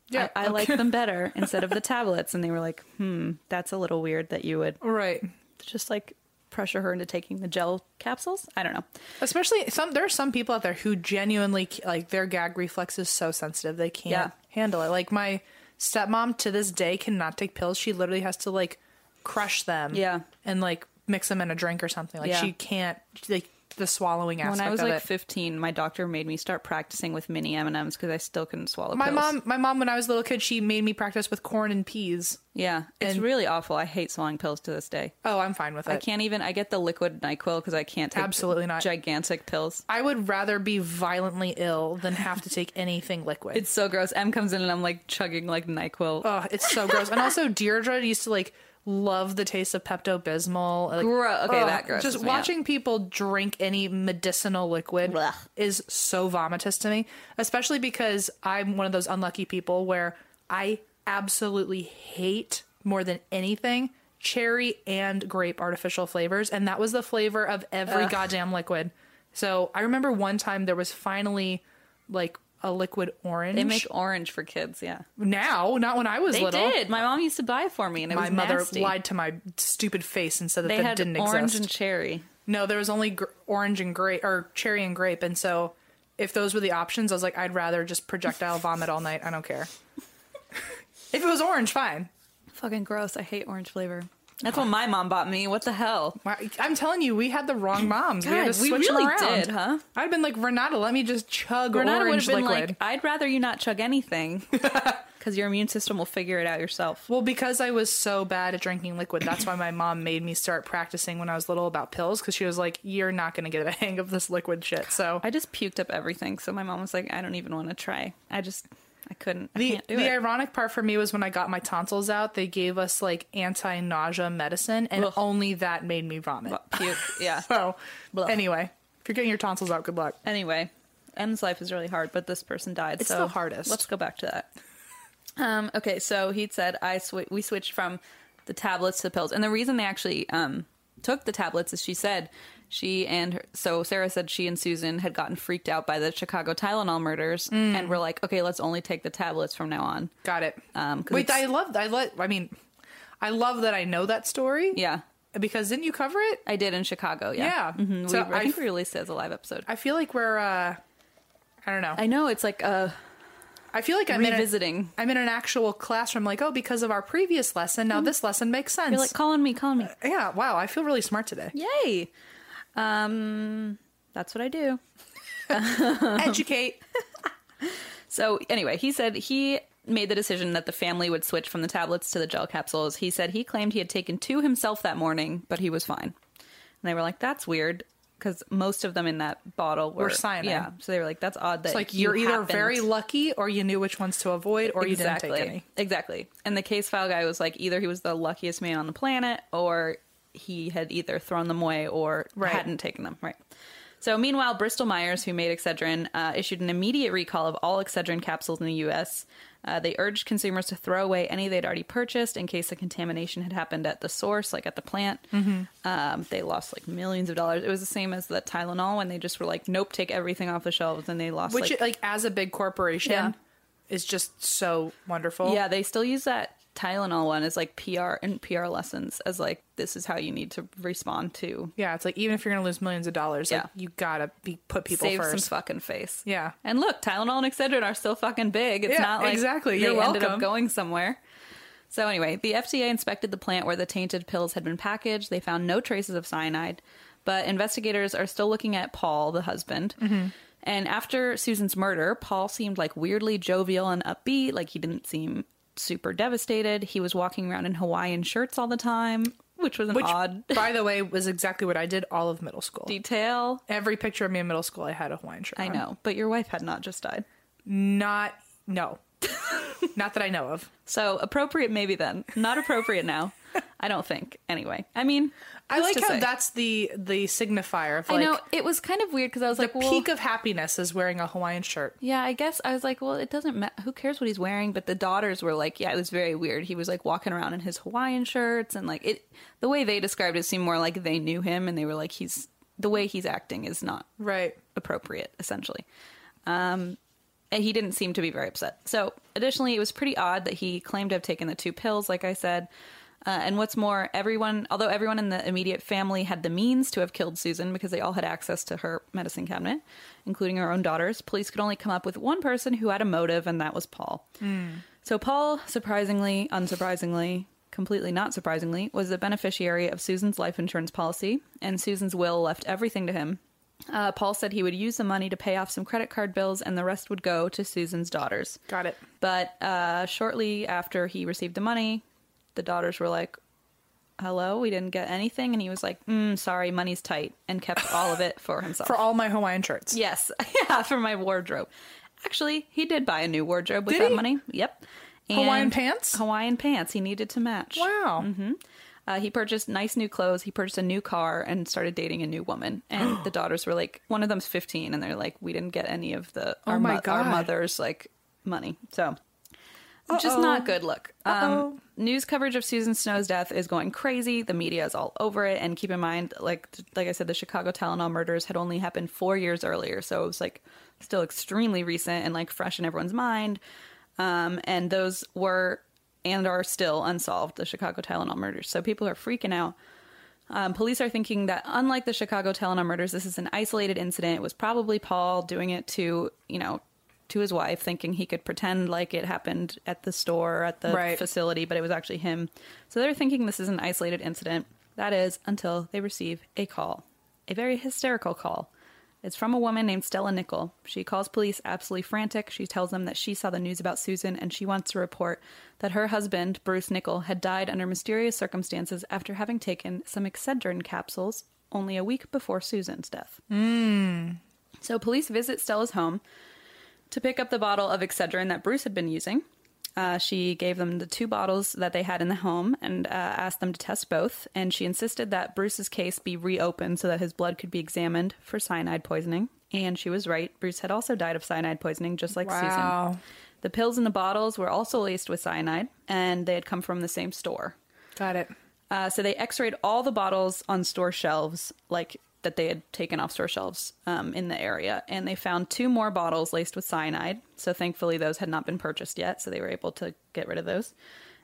Speaker 2: Yeah,
Speaker 3: I, I like them better instead of the tablets. And they were like, Hmm, that's a little weird that you would
Speaker 2: Right.
Speaker 3: just like pressure her into taking the gel capsules. I don't know.
Speaker 2: Especially some there are some people out there who genuinely c- like their gag reflex is so sensitive they can't
Speaker 3: Yeah.
Speaker 2: handle it. Like my stepmom to this day cannot take pills. She literally has to like crush them.
Speaker 3: Yeah.
Speaker 2: And like mix them in a drink or something. Like
Speaker 3: Yeah.
Speaker 2: she can't like the swallowing aspect
Speaker 3: when I was
Speaker 2: of
Speaker 3: like
Speaker 2: it.
Speaker 3: 15, my doctor made me start practicing with mini M&Ms because I still couldn't swallow
Speaker 2: my
Speaker 3: pills.
Speaker 2: mom my mom when I was a little kid, she made me practice with corn and peas.
Speaker 3: Yeah, it's
Speaker 2: And-
Speaker 3: really awful. I hate swallowing pills to this day.
Speaker 2: Oh, I'm fine with it.
Speaker 3: I can't even. I get the liquid Nyquil because I can't take
Speaker 2: Absolutely not.
Speaker 3: gigantic pills.
Speaker 2: I would rather be violently ill than have to take anything liquid.
Speaker 3: It's so gross. M comes in and I'm like chugging like Nyquil.
Speaker 2: Oh, it's so gross. And also, Deirdre used to like love the taste of Pepto Bismol. Like,
Speaker 3: Gro- okay,
Speaker 2: ugh,
Speaker 3: that grosses
Speaker 2: Just
Speaker 3: me out.
Speaker 2: watching people drink any medicinal liquid
Speaker 3: Blech.
Speaker 2: is so vomitous to me, especially because I'm one of those unlucky people where I absolutely hate more than anything cherry and grape artificial flavors, and that was the flavor of every goddamn liquid. So I remember one time there was finally like a liquid orange.
Speaker 3: They make orange for kids. Yeah,
Speaker 2: now, not when I was
Speaker 3: they
Speaker 2: little
Speaker 3: did. My mom used to buy it for me, and it
Speaker 2: my
Speaker 3: was
Speaker 2: mother
Speaker 3: nasty.
Speaker 2: lied to my stupid face and said that
Speaker 3: They
Speaker 2: that
Speaker 3: had
Speaker 2: didn't
Speaker 3: orange
Speaker 2: exist.
Speaker 3: and cherry.
Speaker 2: no, there was only gr- orange and grape or cherry and grape, and so if those were the options, I was like, I'd rather just projectile vomit all night. I don't care. if it was orange, fine.
Speaker 3: Fucking gross. I hate orange flavor. That's what my mom bought me. What the hell?
Speaker 2: Why- I'm telling you, we had the wrong moms. we had
Speaker 3: God,
Speaker 2: to
Speaker 3: we
Speaker 2: switch them
Speaker 3: really
Speaker 2: around.
Speaker 3: did, huh?
Speaker 2: I'd been like Renata, let me just chug
Speaker 3: Renata would
Speaker 2: orange
Speaker 3: have been
Speaker 2: liquid.
Speaker 3: like, I'd rather you not chug anything because your immune system will figure it out yourself.
Speaker 2: Well, because I was so bad at drinking liquid, that's why my mom made me start practicing when I was little about pills because she was like, "You're not going to get a hang of this liquid shit." So
Speaker 3: I just puked up everything, so my mom was like, I don't even want to try. I just, I couldn't. I
Speaker 2: The
Speaker 3: can't do
Speaker 2: the
Speaker 3: it.
Speaker 2: ironic part for me was when I got my tonsils out, they gave us like anti nausea medicine, and
Speaker 3: Ugh.
Speaker 2: only that made me vomit.
Speaker 3: puke. Yeah.
Speaker 2: So
Speaker 3: Blah.
Speaker 2: anyway, if you're getting your tonsils out, good luck.
Speaker 3: anyway, M's life is really hard, but this person died.
Speaker 2: It's
Speaker 3: so
Speaker 2: the hardest.
Speaker 3: Let's go back to that. Um, okay, so he said I swi we switched from the tablets to pills, and the reason they actually um, took the tablets is she said she and her, so Sarah said she and Susan had gotten freaked out by the Chicago Tylenol murders
Speaker 2: Mm.
Speaker 3: and were like, okay, let's only take the tablets from now on.
Speaker 2: Got it.
Speaker 3: Um, 'cause
Speaker 2: Wait,
Speaker 3: it's-
Speaker 2: I love I love I mean, I love that I know that story.
Speaker 3: Yeah,
Speaker 2: because didn't you cover it?
Speaker 3: I did in Chicago. Yeah,
Speaker 2: Yeah.
Speaker 3: hmm
Speaker 2: So
Speaker 3: we, I,
Speaker 2: I-
Speaker 3: think we released it as a live episode. I,
Speaker 2: I feel like we're uh, I don't know. I,
Speaker 3: know it's like uh,
Speaker 2: feel like I'm In
Speaker 3: revisiting.
Speaker 2: a, I'm in an actual classroom. Like oh, because of our previous lesson, now this lesson makes sense.
Speaker 3: Mm-hmm. You're like calling me, calling me.
Speaker 2: yeah. Wow. Uh, I feel really smart today.
Speaker 3: Yay! Um, that's what I do.
Speaker 2: Educate.
Speaker 3: So anyway, he said he made the decision that the family would switch from the tablets to the gel capsules. He said he claimed he had taken two himself that morning, but he was fine. And they were like, "That's weird," because most of them in that bottle were,
Speaker 2: Were cyanide.
Speaker 3: Yeah, so they were like, "That's odd." That
Speaker 2: It's like
Speaker 3: you
Speaker 2: you're either
Speaker 3: happened-
Speaker 2: very lucky or you knew which ones to avoid or
Speaker 3: exactly
Speaker 2: you didn't take any.
Speaker 3: exactly. And the case file guy was like, either he was the luckiest man on the planet, or he had either thrown them away or
Speaker 2: Right.
Speaker 3: hadn't taken them. Right. So meanwhile, Bristol Myers, who made Excedrin, uh, issued an immediate recall of all Excedrin capsules in the U.S. Uh, they urged consumers to throw away any they'd already purchased in case the contamination had happened at the source, like at the plant.
Speaker 2: Mm-hmm.
Speaker 3: Um, they lost like millions of dollars. It was the same as the Tylenol when they just were like, "Nope, take everything off the shelves," and they lost
Speaker 2: Which,
Speaker 3: like
Speaker 2: like, as a big corporation,
Speaker 3: Yeah.
Speaker 2: is just so wonderful.
Speaker 3: Yeah, they still use that Tylenol one as like PR and PR lessons as like this is how you need to respond to
Speaker 2: Yeah, it's like even if you're gonna lose millions of dollars, like
Speaker 3: Yeah.
Speaker 2: you gotta be put people
Speaker 3: save
Speaker 2: first.
Speaker 3: some fucking face.
Speaker 2: Yeah.
Speaker 3: And look, Tylenol and Excedrin are still fucking big. It's
Speaker 2: Yeah,
Speaker 3: not like
Speaker 2: exactly.
Speaker 3: they
Speaker 2: You're
Speaker 3: ended up
Speaker 2: welcome.
Speaker 3: going somewhere. So anyway, the FDA inspected the plant where the tainted pills had been packaged. They found no traces of cyanide, but investigators are still looking at Paul, the husband.
Speaker 2: Mm-hmm.
Speaker 3: And after Susan's murder, Paul seemed like weirdly jovial and upbeat, like he didn't seem super devastated. He was walking around in Hawaiian shirts all the time, which was an
Speaker 2: Which,
Speaker 3: odd
Speaker 2: by the way, was exactly what I did all of middle school.
Speaker 3: detail.
Speaker 2: Every picture of me in middle school, I had a Hawaiian shirt.
Speaker 3: I
Speaker 2: on.
Speaker 3: know, but your wife had not just died.
Speaker 2: Not no, not that I know of.
Speaker 3: So appropriate maybe then. Not appropriate now. I don't think. Anyway, I mean,
Speaker 2: I
Speaker 3: who's
Speaker 2: like
Speaker 3: to
Speaker 2: how
Speaker 3: say?
Speaker 2: that's the the signifier of
Speaker 3: I
Speaker 2: like
Speaker 3: know it was kind of weird because I was
Speaker 2: the
Speaker 3: like, well,
Speaker 2: peak of happiness is wearing a Hawaiian shirt.
Speaker 3: yeah, I guess I was like, well, it doesn't matter. Who cares what he's wearing? But the daughters were like, yeah, it was very weird. He was like walking around in his Hawaiian shirts and like it. The way they described it seemed more like they knew him and they were like, he's the way he's acting is not
Speaker 2: Right.
Speaker 3: appropriate, essentially. Um, and he didn't seem to be very upset. So, additionally, it was pretty odd that he claimed to have taken the two pills, like I said. Uh, and what's more, everyone, although everyone in the immediate family had the means to have killed Susan because they all had access to her medicine cabinet, including her own daughters, police could only come up with one person who had a motive, and that was Paul. So, Paul, surprisingly, unsurprisingly, completely not surprisingly, was the beneficiary of Susan's life insurance policy, and Susan's will left everything to him. Uh, Paul said he would use the money to pay off some credit card bills, and the rest would go to Susan's daughters.
Speaker 2: Got it.
Speaker 3: But uh, shortly after he received the money, the daughters were like, "Hello, we didn't get anything," and he was like, mm, "Sorry, money's tight," and kept all of it for himself.
Speaker 2: For all my Hawaiian shirts.
Speaker 3: yes, yeah, for my wardrobe. Actually, he did buy a new wardrobe with
Speaker 2: Did
Speaker 3: that
Speaker 2: he?
Speaker 3: money. Yep,
Speaker 2: Hawaiian
Speaker 3: And
Speaker 2: pants?
Speaker 3: Hawaiian pants. He needed to match.
Speaker 2: Wow.
Speaker 3: Uh, he purchased nice new clothes. He purchased a new car and started dating a new woman. And the daughters were like, one of them's 15, and they're like, we didn't get any of the our,
Speaker 2: Oh my
Speaker 3: mo- our
Speaker 2: God.
Speaker 3: mother's like money. So, which is not good look. Um, news coverage of Susan Snow's death is going crazy. The media is all over it. And keep in mind, like like I said, the Chicago Tylenol murders had only happened four years earlier, so it was like still extremely recent and like fresh in everyone's mind. Um, and those were and are still unsolved. The Chicago Tylenol murders. So people are freaking out. Um, police are thinking that, unlike the Chicago Tylenol murders, this is an isolated incident. It was probably Paul doing it to, you know, to his wife, thinking he could pretend like it happened at the store, at the
Speaker 2: Right.
Speaker 3: facility, but it was actually him. So they're thinking this is an isolated incident. That is, until they receive a call, a very hysterical call. It's from a woman named Stella Nickel. She calls police absolutely frantic. She tells them that she saw the news about Susan and she wants to report that her husband, Bruce Nickel, had died under mysterious circumstances after having taken some Excedrin capsules only a week before Susan's death. So police visit Stella's home to pick up the bottle of Excedrin that Bruce had been using. Uh, she gave them the two bottles that they had in the home and uh, asked them to test both. And she insisted that Bruce's case be reopened so that his blood could be examined for cyanide poisoning. And she was right. Bruce had also died of cyanide poisoning, just like
Speaker 2: Wow.
Speaker 3: Susan. The pills in the bottles were also laced with cyanide, and they had come from the same store.
Speaker 2: Got it.
Speaker 3: Uh, so they x-rayed all the bottles on store shelves, like that they had taken off store shelves um, in the area, and they found two more bottles laced with cyanide. So thankfully, those had not been purchased yet, so they were able to get rid of those.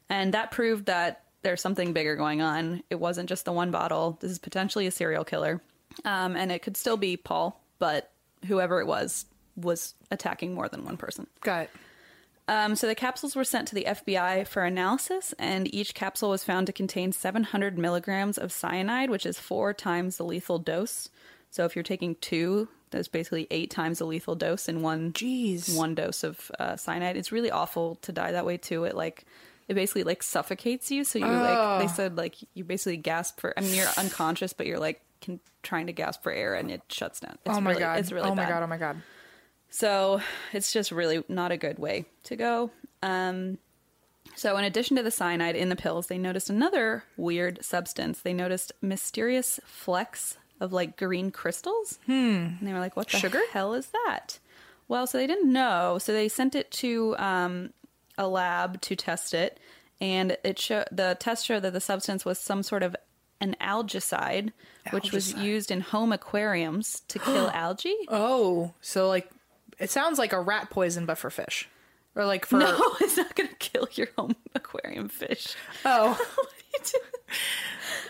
Speaker 3: And that proved that there's something bigger going on. It wasn't just the one bottle. This is potentially a serial killer, um, and it could still be Paul, but whoever it was was attacking more than one person.
Speaker 2: Got it.
Speaker 3: Um, so the capsules were sent to the FBI for analysis, and each capsule was found to contain 700 milligrams of cyanide, which is four times the lethal dose. So if you're taking two, that's basically eight times the lethal dose in one
Speaker 2: Jeez.
Speaker 3: one dose of uh, cyanide. It's really awful to die that way too. It like it basically like suffocates you. So you like they said like you basically gasp for. I mean you're unconscious, but you're like can, trying to gasp for air, and it shuts down. It's
Speaker 2: oh my
Speaker 3: really,
Speaker 2: god.
Speaker 3: It's really
Speaker 2: oh my
Speaker 3: bad.
Speaker 2: god. Oh my god.
Speaker 3: So it's just really not a good way to go. Um, so, in addition to the cyanide in the pills, they noticed another weird substance. They noticed mysterious flecks of like green crystals. Hmm. And they were like, what the Sugar? hell is that? Well, so they didn't know. So they sent it to um, a lab to test it. And it show- the test showed that the substance was some sort of an algicide, which was used in home aquariums to kill algae.
Speaker 2: Oh, so like it sounds like a rat poison, but for fish, or like for
Speaker 3: No, it's not going to kill your home aquarium fish.
Speaker 2: oh,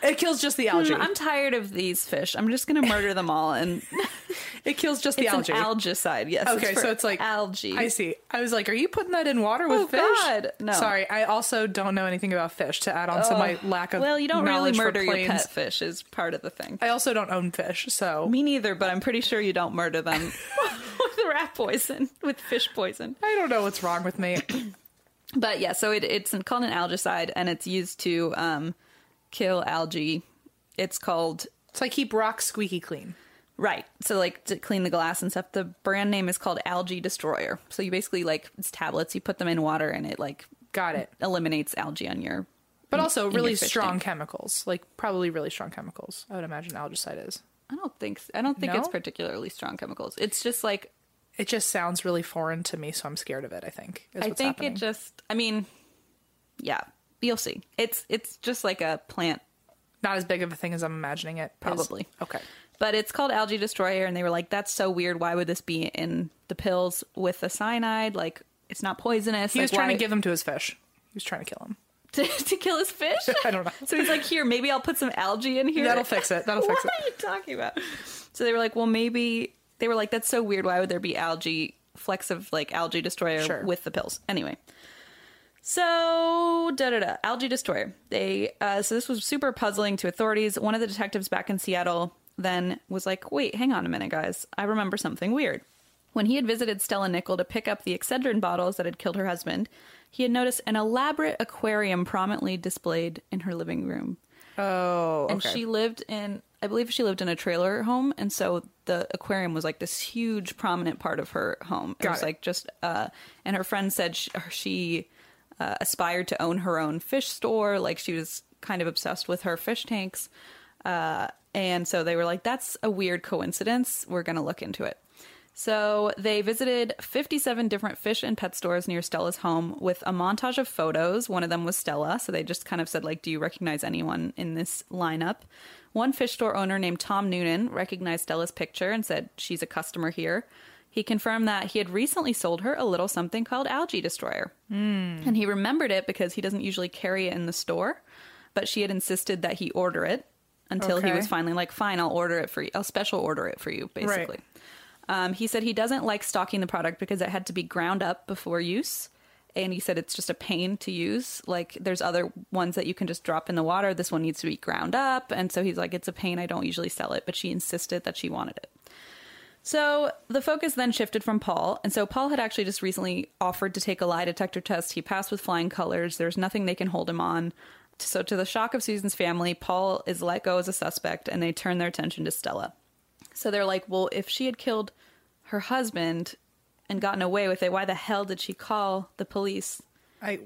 Speaker 2: it kills just the algae.
Speaker 3: I'm tired of these fish. I'm just going to murder them all. And
Speaker 2: it kills just the
Speaker 3: it's
Speaker 2: algae.
Speaker 3: an algicide. Yes.
Speaker 2: okay,
Speaker 3: for
Speaker 2: so it's like
Speaker 3: algae.
Speaker 2: I see. I was like, are you putting that in water with
Speaker 3: Oh,
Speaker 2: fish?
Speaker 3: God, no. Oh.
Speaker 2: Sorry, I also don't know anything about fish. To add on to my lack of
Speaker 3: well, you don't really
Speaker 2: knowledge for
Speaker 3: murder your
Speaker 2: planes.
Speaker 3: pet fish is part of the thing.
Speaker 2: I also don't own fish, so
Speaker 3: Me neither, but I'm pretty sure you don't murder them with rat poison, with fish poison.
Speaker 2: I don't know what's wrong with me.
Speaker 3: But yeah, so it, it's called an algicide, and it's used to um, kill algae. It's called
Speaker 2: so I keep rocks squeaky clean.
Speaker 3: Right. So like to clean the glass and stuff. The brand name is called Algae Destroyer. So you basically like it's tablets. You put them in water and it like
Speaker 2: Got it.
Speaker 3: eliminates algae on your.
Speaker 2: But also
Speaker 3: your
Speaker 2: really
Speaker 3: fish
Speaker 2: strong
Speaker 3: tank.
Speaker 2: chemicals, like probably really strong chemicals. I would imagine algicide is.
Speaker 3: I don't think I don't think it's
Speaker 2: No?
Speaker 3: particularly strong chemicals. It's just like
Speaker 2: It just sounds really foreign to me, so I'm scared of it. I think. Is
Speaker 3: I
Speaker 2: what's
Speaker 3: think
Speaker 2: happening.
Speaker 3: it just. I mean, yeah, you'll see. It's it's just like a plant
Speaker 2: not as big of a thing as I'm imagining it. is.
Speaker 3: Probably.
Speaker 2: Okay.
Speaker 3: But it's called Algae Destroyer, and they were like, "That's so weird. Why would this be in the pills with the cyanide? Like, it's not poisonous."
Speaker 2: He
Speaker 3: like,
Speaker 2: was trying
Speaker 3: why-
Speaker 2: to give him to his fish. He was trying to kill him.
Speaker 3: to, to kill his fish.
Speaker 2: I don't know.
Speaker 3: So he's like, "Here, maybe I'll put some algae in here.
Speaker 2: That'll fix it. That'll fix
Speaker 3: what are you talking about? So they were like, well, maybe they were like, that's so weird. Why would there be algae flecks of like algae destroyer
Speaker 2: Sure.
Speaker 3: with the pills? Anyway. So da da da, algae destroyer. They uh, so this was super puzzling to authorities. One of the detectives back in Seattle then was like, wait, hang on a minute, guys. I remember something weird. When he had visited Stella Nickel to pick up the Excedrin bottles that had killed her husband, he had noticed an elaborate aquarium prominently displayed in her living room
Speaker 2: it. Oh,
Speaker 3: and she lived in i believe she lived in a trailer home and so the aquarium was like this huge prominent part of her home it
Speaker 2: Got
Speaker 3: was
Speaker 2: it.
Speaker 3: like just uh and her friend said she, she uh, aspired to own her own fish store like she was kind of obsessed with her fish tanks uh and so they were like that's a weird coincidence we're gonna look into it so they visited 57 different fish and pet stores near Stella's home with a montage of photos. One of them was Stella, so they just kind of said like, "Do you recognize anyone in this lineup?" One fish store owner named Tom Noonan recognized Stella's picture and said, "She's a customer here." He confirmed that he had recently sold her a little something called Algae Destroyer. Mm. And he remembered it because he doesn't usually carry it in the store, but she had insisted that he order it until he
Speaker 2: Okay.
Speaker 3: was finally like, "Fine, I'll order it for you. I'll special order it for you." Basically. Um, he said he doesn't like stocking the product because it had to be ground up before use. And he said it's just a pain to use. Like, there's other ones that you can just drop in the water. This one needs to be ground up. And so he's like, it's a pain. I don't usually sell it. But she insisted that she wanted it. So the focus then shifted from Paul. And so Paul had actually just recently offered to take a lie detector test. He passed with flying colors. There's nothing they can hold him on. So, to the shock of Susan's family, Paul is let go as a suspect and they turn their attention to Stella. So they're like, well, if she had killed her husband and gotten away with it, why the hell did she call the police,
Speaker 2: I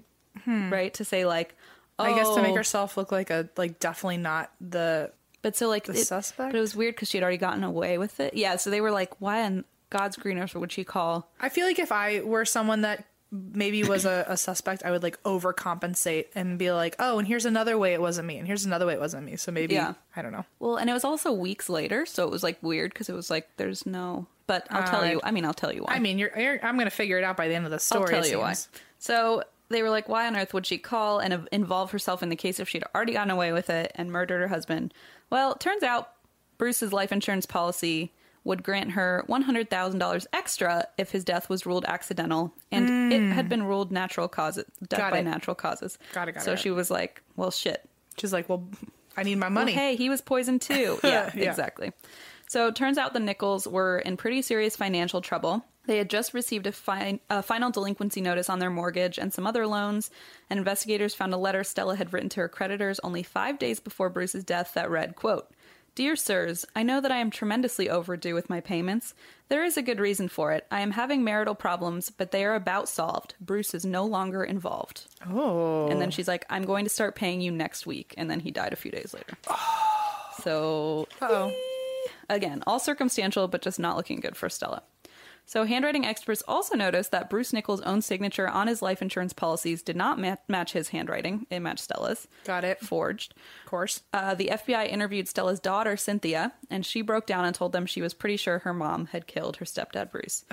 Speaker 3: right? To say, like, oh,
Speaker 2: Hmm. I guess to make herself look like a like definitely not the
Speaker 3: oh, But so, like, it,
Speaker 2: suspect?
Speaker 3: But it was weird because she had already gotten away with it. Yeah. So they were like, why in God's green earth would she call?
Speaker 2: I feel like if I were someone that maybe was a, a suspect, I would like overcompensate and be like, oh, and here's another way it wasn't me, and here's another way it wasn't me. So maybe
Speaker 3: Yeah.
Speaker 2: I don't know.
Speaker 3: Well, and it was also weeks later. So it was like weird because it was like, there's no. But I'll tell you. I mean, I'll tell you why.
Speaker 2: I mean, you're, you're I'm gonna figure it out by the end of the story.
Speaker 3: I'll tell
Speaker 2: it
Speaker 3: you why.
Speaker 2: seems.
Speaker 3: So they were like, why on earth would she call and uh, involve herself in the case if she'd already gotten away with it and murdered her husband? Well, it turns out Bruce's life insurance policy would grant her $100,000 extra if his death was ruled accidental, and it had been ruled natural causes, death
Speaker 2: Hmm. Got
Speaker 3: by
Speaker 2: it.
Speaker 3: natural causes.
Speaker 2: Got it, got it,
Speaker 3: so
Speaker 2: got it.
Speaker 3: she was like, well, shit,
Speaker 2: She's like, well, I need my
Speaker 3: well,
Speaker 2: money.
Speaker 3: hey, he was poisoned too. yeah,
Speaker 2: Yeah.
Speaker 3: exactly. So it turns out the Nichols were in pretty serious financial trouble. They had just received a, fin- a final delinquency notice on their mortgage and some other loans, and investigators found a letter Stella had written to her creditors only five days before Bruce's death that read, quote, Dear sirs, I know that I am tremendously overdue with my payments. There is a good reason for it. I am having marital problems, but they are about solved. Bruce is no longer involved.
Speaker 2: Oh,
Speaker 3: And then she's like, I'm going to start paying you next week. And then he died a few days later. So,
Speaker 2: Uh-oh.
Speaker 3: again, all circumstantial, but just not looking good for Stella. So, handwriting experts also noticed that Bruce Nichols' own signature on his life insurance policies did not ma- match his handwriting. It matched Stella's.
Speaker 2: Got it.
Speaker 3: Forged.
Speaker 2: of course.
Speaker 3: Uh, the FBI interviewed Stella's daughter, Cynthia, and she broke down and told them she was pretty sure her mom had killed her stepdad, Bruce.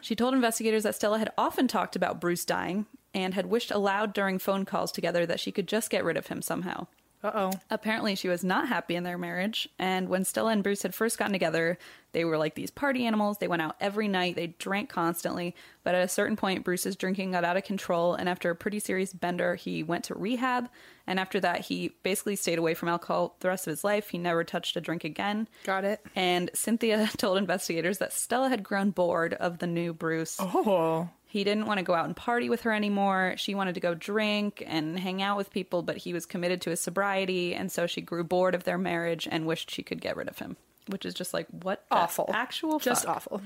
Speaker 3: She told investigators that Stella had often talked about Bruce dying and had wished aloud during phone calls together that she could just get rid of him somehow.
Speaker 2: Uh oh.
Speaker 3: Apparently, she was not happy in their marriage, and when Stella and Bruce had first gotten together, they were like these party animals. They went out every night, they drank constantly, but at a certain point, Bruce's drinking got out of control, and after a pretty serious bender, he went to rehab. And after that, he basically stayed away from alcohol the rest of his life. He never touched a drink again.
Speaker 2: Got it.
Speaker 3: And Cynthia told investigators that Stella had grown bored of the new Bruce.
Speaker 2: Oh,
Speaker 3: He didn't want to go out and party with her anymore. She wanted to go drink and hang out with people, but he was committed to his sobriety, and so she grew bored of their marriage and wished she could get rid of him. Which is just like what the
Speaker 2: awful.
Speaker 3: actual
Speaker 2: just
Speaker 3: fuck?
Speaker 2: awful.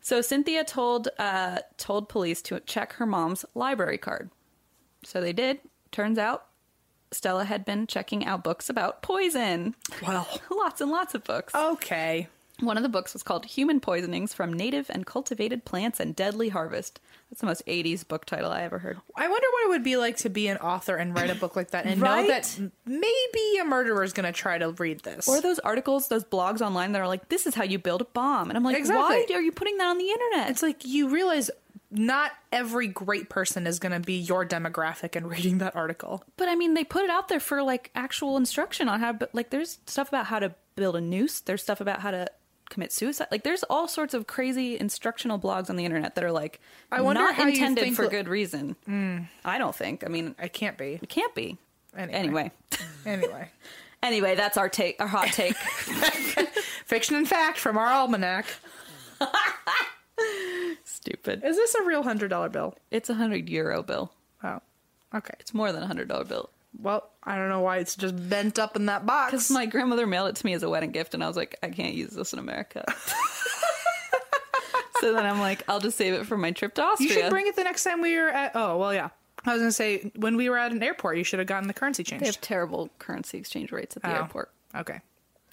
Speaker 3: So Cynthia told uh, told police to check her mom's library card. So they did. Turns out Stella had been checking out books about poison.
Speaker 2: Well,
Speaker 3: Lots and lots of books.
Speaker 2: okay.
Speaker 3: One of the books was called Human Poisonings from Native and Cultivated Plants and Deadly Harvest. That's the most 80s book title I ever heard.
Speaker 2: I wonder what it would be like to be an author and write a book like that and know that
Speaker 3: Right?
Speaker 2: m- maybe a murderer is going to try to read this.
Speaker 3: Or those articles, those blogs online that are like, this is how you build a bomb. And I'm like,
Speaker 2: Exactly.
Speaker 3: why are you putting that on the internet?
Speaker 2: it's like you realize not every great person is going to be your demographic and reading that article.
Speaker 3: But I mean, they put it out there for like actual instruction on how, but like, there's stuff about how to build a noose. There's stuff about how to commit suicide. Like, there's all sorts of crazy instructional blogs on the internet that are like,
Speaker 2: I wonder
Speaker 3: not
Speaker 2: how you
Speaker 3: intended
Speaker 2: think
Speaker 3: for
Speaker 2: li-
Speaker 3: good reason. I don't think. I mean,
Speaker 2: I can't be.
Speaker 3: it can't be.
Speaker 2: Anyway.
Speaker 3: Anyway,
Speaker 2: Anyway.
Speaker 3: anyway, that's our take, our hot take.
Speaker 2: Fiction and fact from our almanac.
Speaker 3: Stupid.
Speaker 2: Is this a real $100 bill?
Speaker 3: It's a hundred euro bill.
Speaker 2: Oh. Okay.
Speaker 3: It's more than a hundred dollar bill.
Speaker 2: Well, I don't know why it's just bent up in that box.
Speaker 3: Because my grandmother mailed it to me as a wedding gift, and I was like, I can't use this in America. so then I'm like, I'll just save it for my trip to Austria.
Speaker 2: you should bring it the next time we were at. Oh, well, yeah. I was going to say, when we were at an airport, you should have gotten the currency
Speaker 3: They have
Speaker 2: changed.
Speaker 3: terrible currency exchange rates at the
Speaker 2: Oh.
Speaker 3: airport.
Speaker 2: Okay.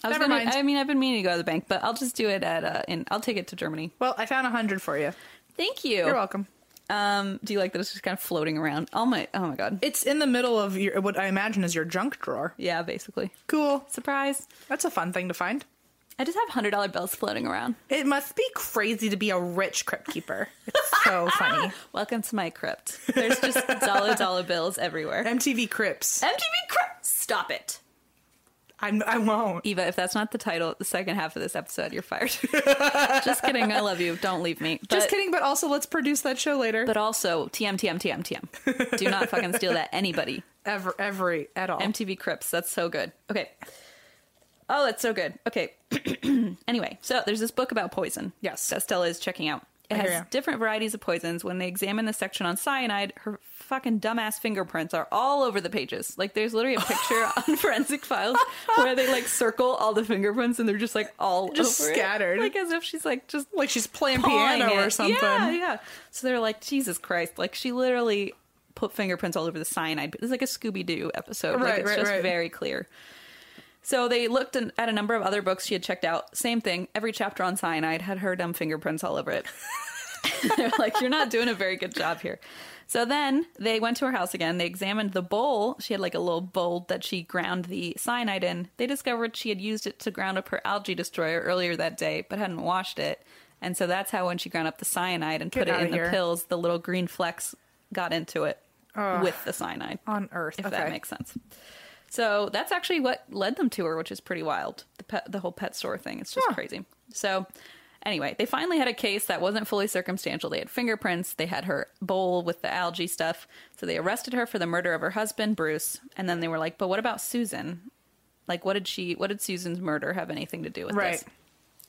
Speaker 3: I was
Speaker 2: Never
Speaker 3: gonna-
Speaker 2: mind.
Speaker 3: I mean, I've been meaning to go to the bank, but I'll just do it at uh, in. I'll take it to Germany.
Speaker 2: Well, I found a 100 for you.
Speaker 3: Thank you.
Speaker 2: You're welcome.
Speaker 3: Um, do you like that it's just kind of floating around? Oh my, oh my god.
Speaker 2: It's in the middle of your what I imagine is your junk drawer.
Speaker 3: Yeah, basically.
Speaker 2: Cool.
Speaker 3: Surprise!
Speaker 2: That's a fun thing to find.
Speaker 3: I just have hundred dollar bills floating around.
Speaker 2: It must be crazy to be a rich crypt keeper. It's so funny.
Speaker 3: Welcome to my crypt. There's just dollar dollar bills everywhere.
Speaker 2: MTV Crips.
Speaker 3: MTV crypt. Stop it.
Speaker 2: I'm, I won't.
Speaker 3: Eva, if that's not the title, the second half of this episode, you're fired. Just kidding. I love you. Don't leave me. But,
Speaker 2: Just kidding, but also let's produce that show later.
Speaker 3: But also, TM, TM, TM, TM. Do not fucking steal that, anybody.
Speaker 2: Ever, every, at all.
Speaker 3: MTV Crips. That's so good. Okay. Oh, that's so good. Okay. anyway, so there's this book about poison.
Speaker 2: Yes.
Speaker 3: That Stella is checking out. It
Speaker 2: hear
Speaker 3: has
Speaker 2: ya.
Speaker 3: different varieties of poisons. When they examine the section on cyanide, her fucking dumbass fingerprints are all over the pages. Like, there's literally a picture on Forensic Files where they like circle all the fingerprints and they're just like all
Speaker 2: Just
Speaker 3: over it.
Speaker 2: scattered.
Speaker 3: like as if she's like just
Speaker 2: like she's playing
Speaker 3: pawing
Speaker 2: piano
Speaker 3: it.
Speaker 2: or something.
Speaker 3: Yeah, yeah. So they're like, Jesus Christ! Like she literally put fingerprints all over the cyanide. It's like a Scooby Doo episode. like,
Speaker 2: Right,
Speaker 3: it's
Speaker 2: right,
Speaker 3: just
Speaker 2: right.
Speaker 3: very clear. So they looked in, at a number of other books she had checked out. Same thing. Every chapter on cyanide had her dumb fingerprints all over it. They're like, you're not doing a very good job here. So then they went to her house again. They examined the bowl. She had like a little bowl that she ground the cyanide in. They discovered she had used it to ground up her algae destroyer earlier that day, but hadn't washed it. And so that's how when she ground up the cyanide and put it
Speaker 2: outta
Speaker 3: in
Speaker 2: here.
Speaker 3: the pills, the little green flecks got into it with the cyanide.
Speaker 2: On Earth.
Speaker 3: If
Speaker 2: Okay.
Speaker 3: that makes sense. So that's actually what led them to her, which is pretty wild. The pet, the whole pet store thing. It's just crazy. So anyway, they finally had a case that wasn't fully circumstantial. They had fingerprints. They had her bowl with the algae stuff. So they arrested her for the murder of her husband, Bruce. And then they were like, but what about Susan? Like, what did she? What did Susan's murder have anything to do with
Speaker 2: Right.
Speaker 3: this?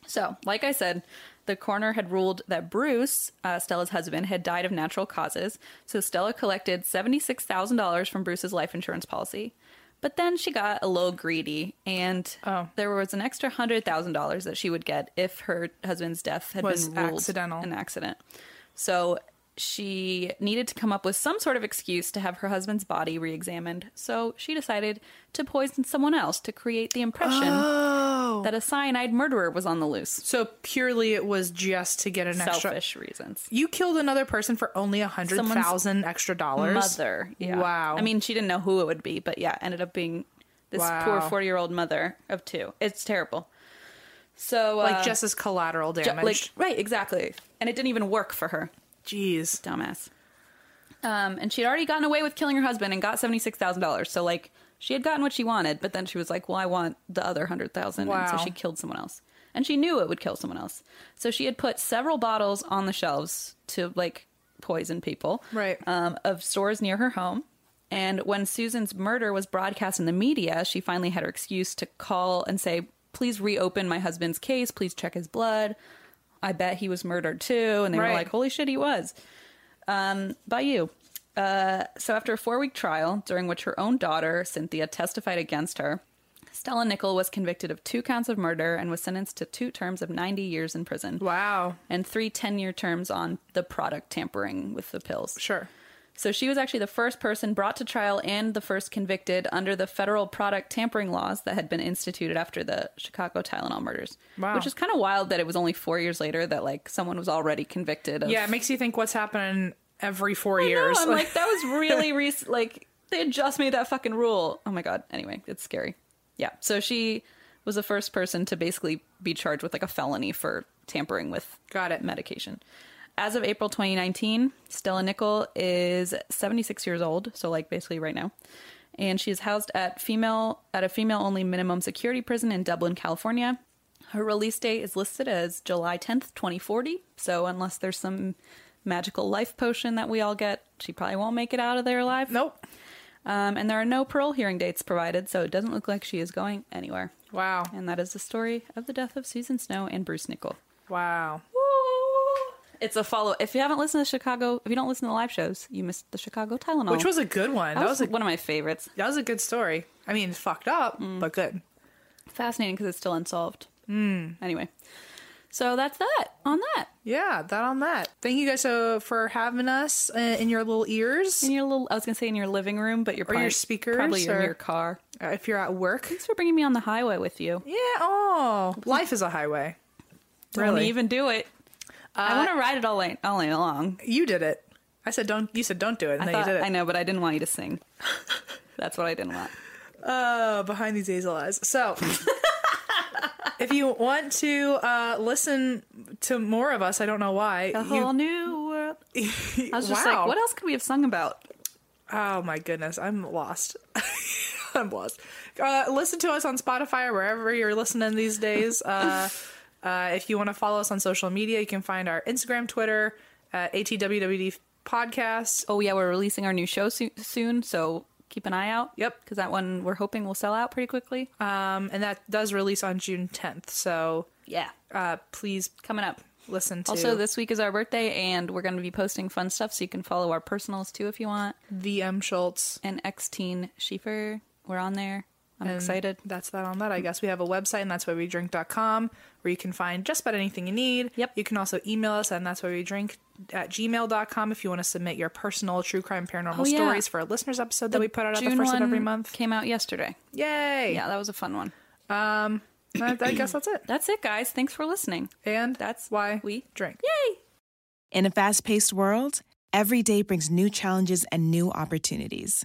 Speaker 3: So, like I said, the coroner had ruled that Bruce, uh, Stella's husband, had died of natural causes. So Stella collected seventy-six thousand dollars from Bruce's life insurance policy, but then she got a little greedy, and
Speaker 2: Oh.
Speaker 3: there was an extra hundred thousand dollars that she would get if her husband's death had
Speaker 2: Was
Speaker 3: been ruled
Speaker 2: accidental.
Speaker 3: an accident. So she needed to come up with some sort of excuse to have her husband's body re-examined. So she decided to poison someone else to create the impression
Speaker 2: Oh.
Speaker 3: that a cyanide murderer was on the loose.
Speaker 2: So purely it was just to get an extra.
Speaker 3: Selfish reasons.
Speaker 2: You killed another person for only a hundred
Speaker 3: Someone's
Speaker 2: thousand extra dollars.
Speaker 3: Mother. Yeah.
Speaker 2: Wow.
Speaker 3: I mean, she didn't know who it would be, but yeah, ended up being this poor
Speaker 2: Wow.
Speaker 3: 40 year old mother of two. It's terrible. So, uh,
Speaker 2: like just as collateral
Speaker 3: ju-
Speaker 2: damage.
Speaker 3: like, right, exactly. And it didn't even work for her.
Speaker 2: Jeez.
Speaker 3: dumbass. Um, and she'd already gotten away with killing her husband and got seventy six thousand dollars. So like she had gotten what she wanted, but then she was like, "Well, I want the other hundred thousand. And
Speaker 2: Wow.
Speaker 3: so she killed someone else, and she knew it would kill someone else. So she had put several bottles on the shelves to like poison people,
Speaker 2: Right.
Speaker 3: Um, of stores near her home. And when Susan's murder was broadcast in the media, she finally had her excuse to call and say, "Please reopen my husband's case. Please check his blood. I bet he was murdered too." And they
Speaker 2: Right.
Speaker 3: were like, "Holy shit, he was." um, by you. Uh, so, after a four week trial, during which her own daughter, Cynthia, testified against her, Stella Nickel was convicted of two counts of murder and was sentenced to two terms of 90 years in prison
Speaker 2: Wow.
Speaker 3: and three 10 year terms on the product tampering with the pills.
Speaker 2: Sure.
Speaker 3: So she was actually the first person brought to trial and the first convicted under the federal product tampering laws that had been instituted after the Chicago Tylenol murders.
Speaker 2: Wow.
Speaker 3: Which is kind of wild that it was only four years later that like someone was already convicted. Of,
Speaker 2: Yeah, it makes you think what's happening every four
Speaker 3: I know,
Speaker 2: years.
Speaker 3: I'm like that was really recent. Like they had just made that fucking rule. Oh my god. Anyway, it's scary. Yeah. So she was the first person to basically be charged with like a felony for tampering with
Speaker 2: Got it.
Speaker 3: medication. As of April 2019, Stella Nickel is 76 years old, so like basically right now. And she is housed at female at a female-only minimum security prison in Dublin, California. Her release date is listed as July 10th, 2040. So unless there's some magical life potion that we all get, she probably won't make it out of there alive.
Speaker 2: nope.
Speaker 3: Um, and there are no parole hearing dates provided, so it doesn't look like she is going anywhere.
Speaker 2: Wow.
Speaker 3: And that is the story of the death of Susan Snow and Bruce Nickel.
Speaker 2: Wow.
Speaker 3: It's a follow. If you haven't listened to Chicago, if you don't listen to the live shows, you missed the Chicago Tylenol,
Speaker 2: Which was a good one.
Speaker 3: that was
Speaker 2: a,
Speaker 3: one of my favorites.
Speaker 2: that was a good story. I mean, fucked up,
Speaker 3: Mm.
Speaker 2: but good.
Speaker 3: Fascinating because it's still unsolved.
Speaker 2: Hmm.
Speaker 3: Mm. Anyway, so that's that on that
Speaker 2: Yeah, that on that. Thank you guys so for having us uh, in your little ears.
Speaker 3: in your little. I was gonna say in your living room, but you're
Speaker 2: Or
Speaker 3: probably
Speaker 2: your speakers,
Speaker 3: probably in
Speaker 2: or-
Speaker 3: your car.
Speaker 2: Uh, if you're at work.
Speaker 3: Thanks for bringing me on the highway with you.
Speaker 2: Yeah. Oh, life is a highway.
Speaker 3: Don't
Speaker 2: Really? Uh,
Speaker 3: even do it. I want to ride it all night, all night long.
Speaker 2: You did it. I said don't. You said don't do it, and
Speaker 3: I,
Speaker 2: then
Speaker 3: thought,
Speaker 2: you did it.
Speaker 3: I know, but I didn't want you to sing. that's what I didn't want.
Speaker 2: Uh, behind these hazel eyes. So, if you want to uh, listen to more of us, I don't know why.
Speaker 3: A
Speaker 2: you-
Speaker 3: whole new world. I was just
Speaker 2: Wow.
Speaker 3: like, what else could we have sung about?
Speaker 2: Oh my goodness, I'm lost. I'm lost. Uh, listen to us on Spotify or wherever you're listening these days. Uh, uh, if you want to follow us on social media, you can find our Instagram, Twitter, uh, ATWWD podcast.
Speaker 3: Oh yeah, we're releasing our new show soo- soon, so keep an eye out.
Speaker 2: Yep.
Speaker 3: because that one we're hoping will sell out pretty quickly.
Speaker 2: Um, and that does release on June 10th. So
Speaker 3: yeah,
Speaker 2: uh, please
Speaker 3: coming up.
Speaker 2: listen to
Speaker 3: Also, this week is our birthday, and we're going to be posting fun stuff, so you can follow our personals too if you want.
Speaker 2: the M Schultz.
Speaker 3: And X Teen Schieffer, we're on there. I'm
Speaker 2: And
Speaker 3: excited.
Speaker 2: That's that on that, I guess. We have a website, and that's why we drink.com, where you can find just about anything you need.
Speaker 3: Yep.
Speaker 2: You can also email us, and that's why we drink at gmail.com if you want to submit your personal true crime paranormal
Speaker 3: Oh, yeah.
Speaker 2: stories for a listeners episode that we put out at the
Speaker 3: June
Speaker 2: first of every
Speaker 3: one
Speaker 2: month.
Speaker 3: Came out yesterday.
Speaker 2: Yay!
Speaker 3: Yeah, that was a fun one.
Speaker 2: Um, I, I guess that's it.
Speaker 3: That's it, guys. Thanks for listening.
Speaker 2: And
Speaker 3: That's
Speaker 2: why
Speaker 3: we
Speaker 2: drink.
Speaker 3: Yay!
Speaker 5: In a fast paced world, every day brings new challenges and new opportunities.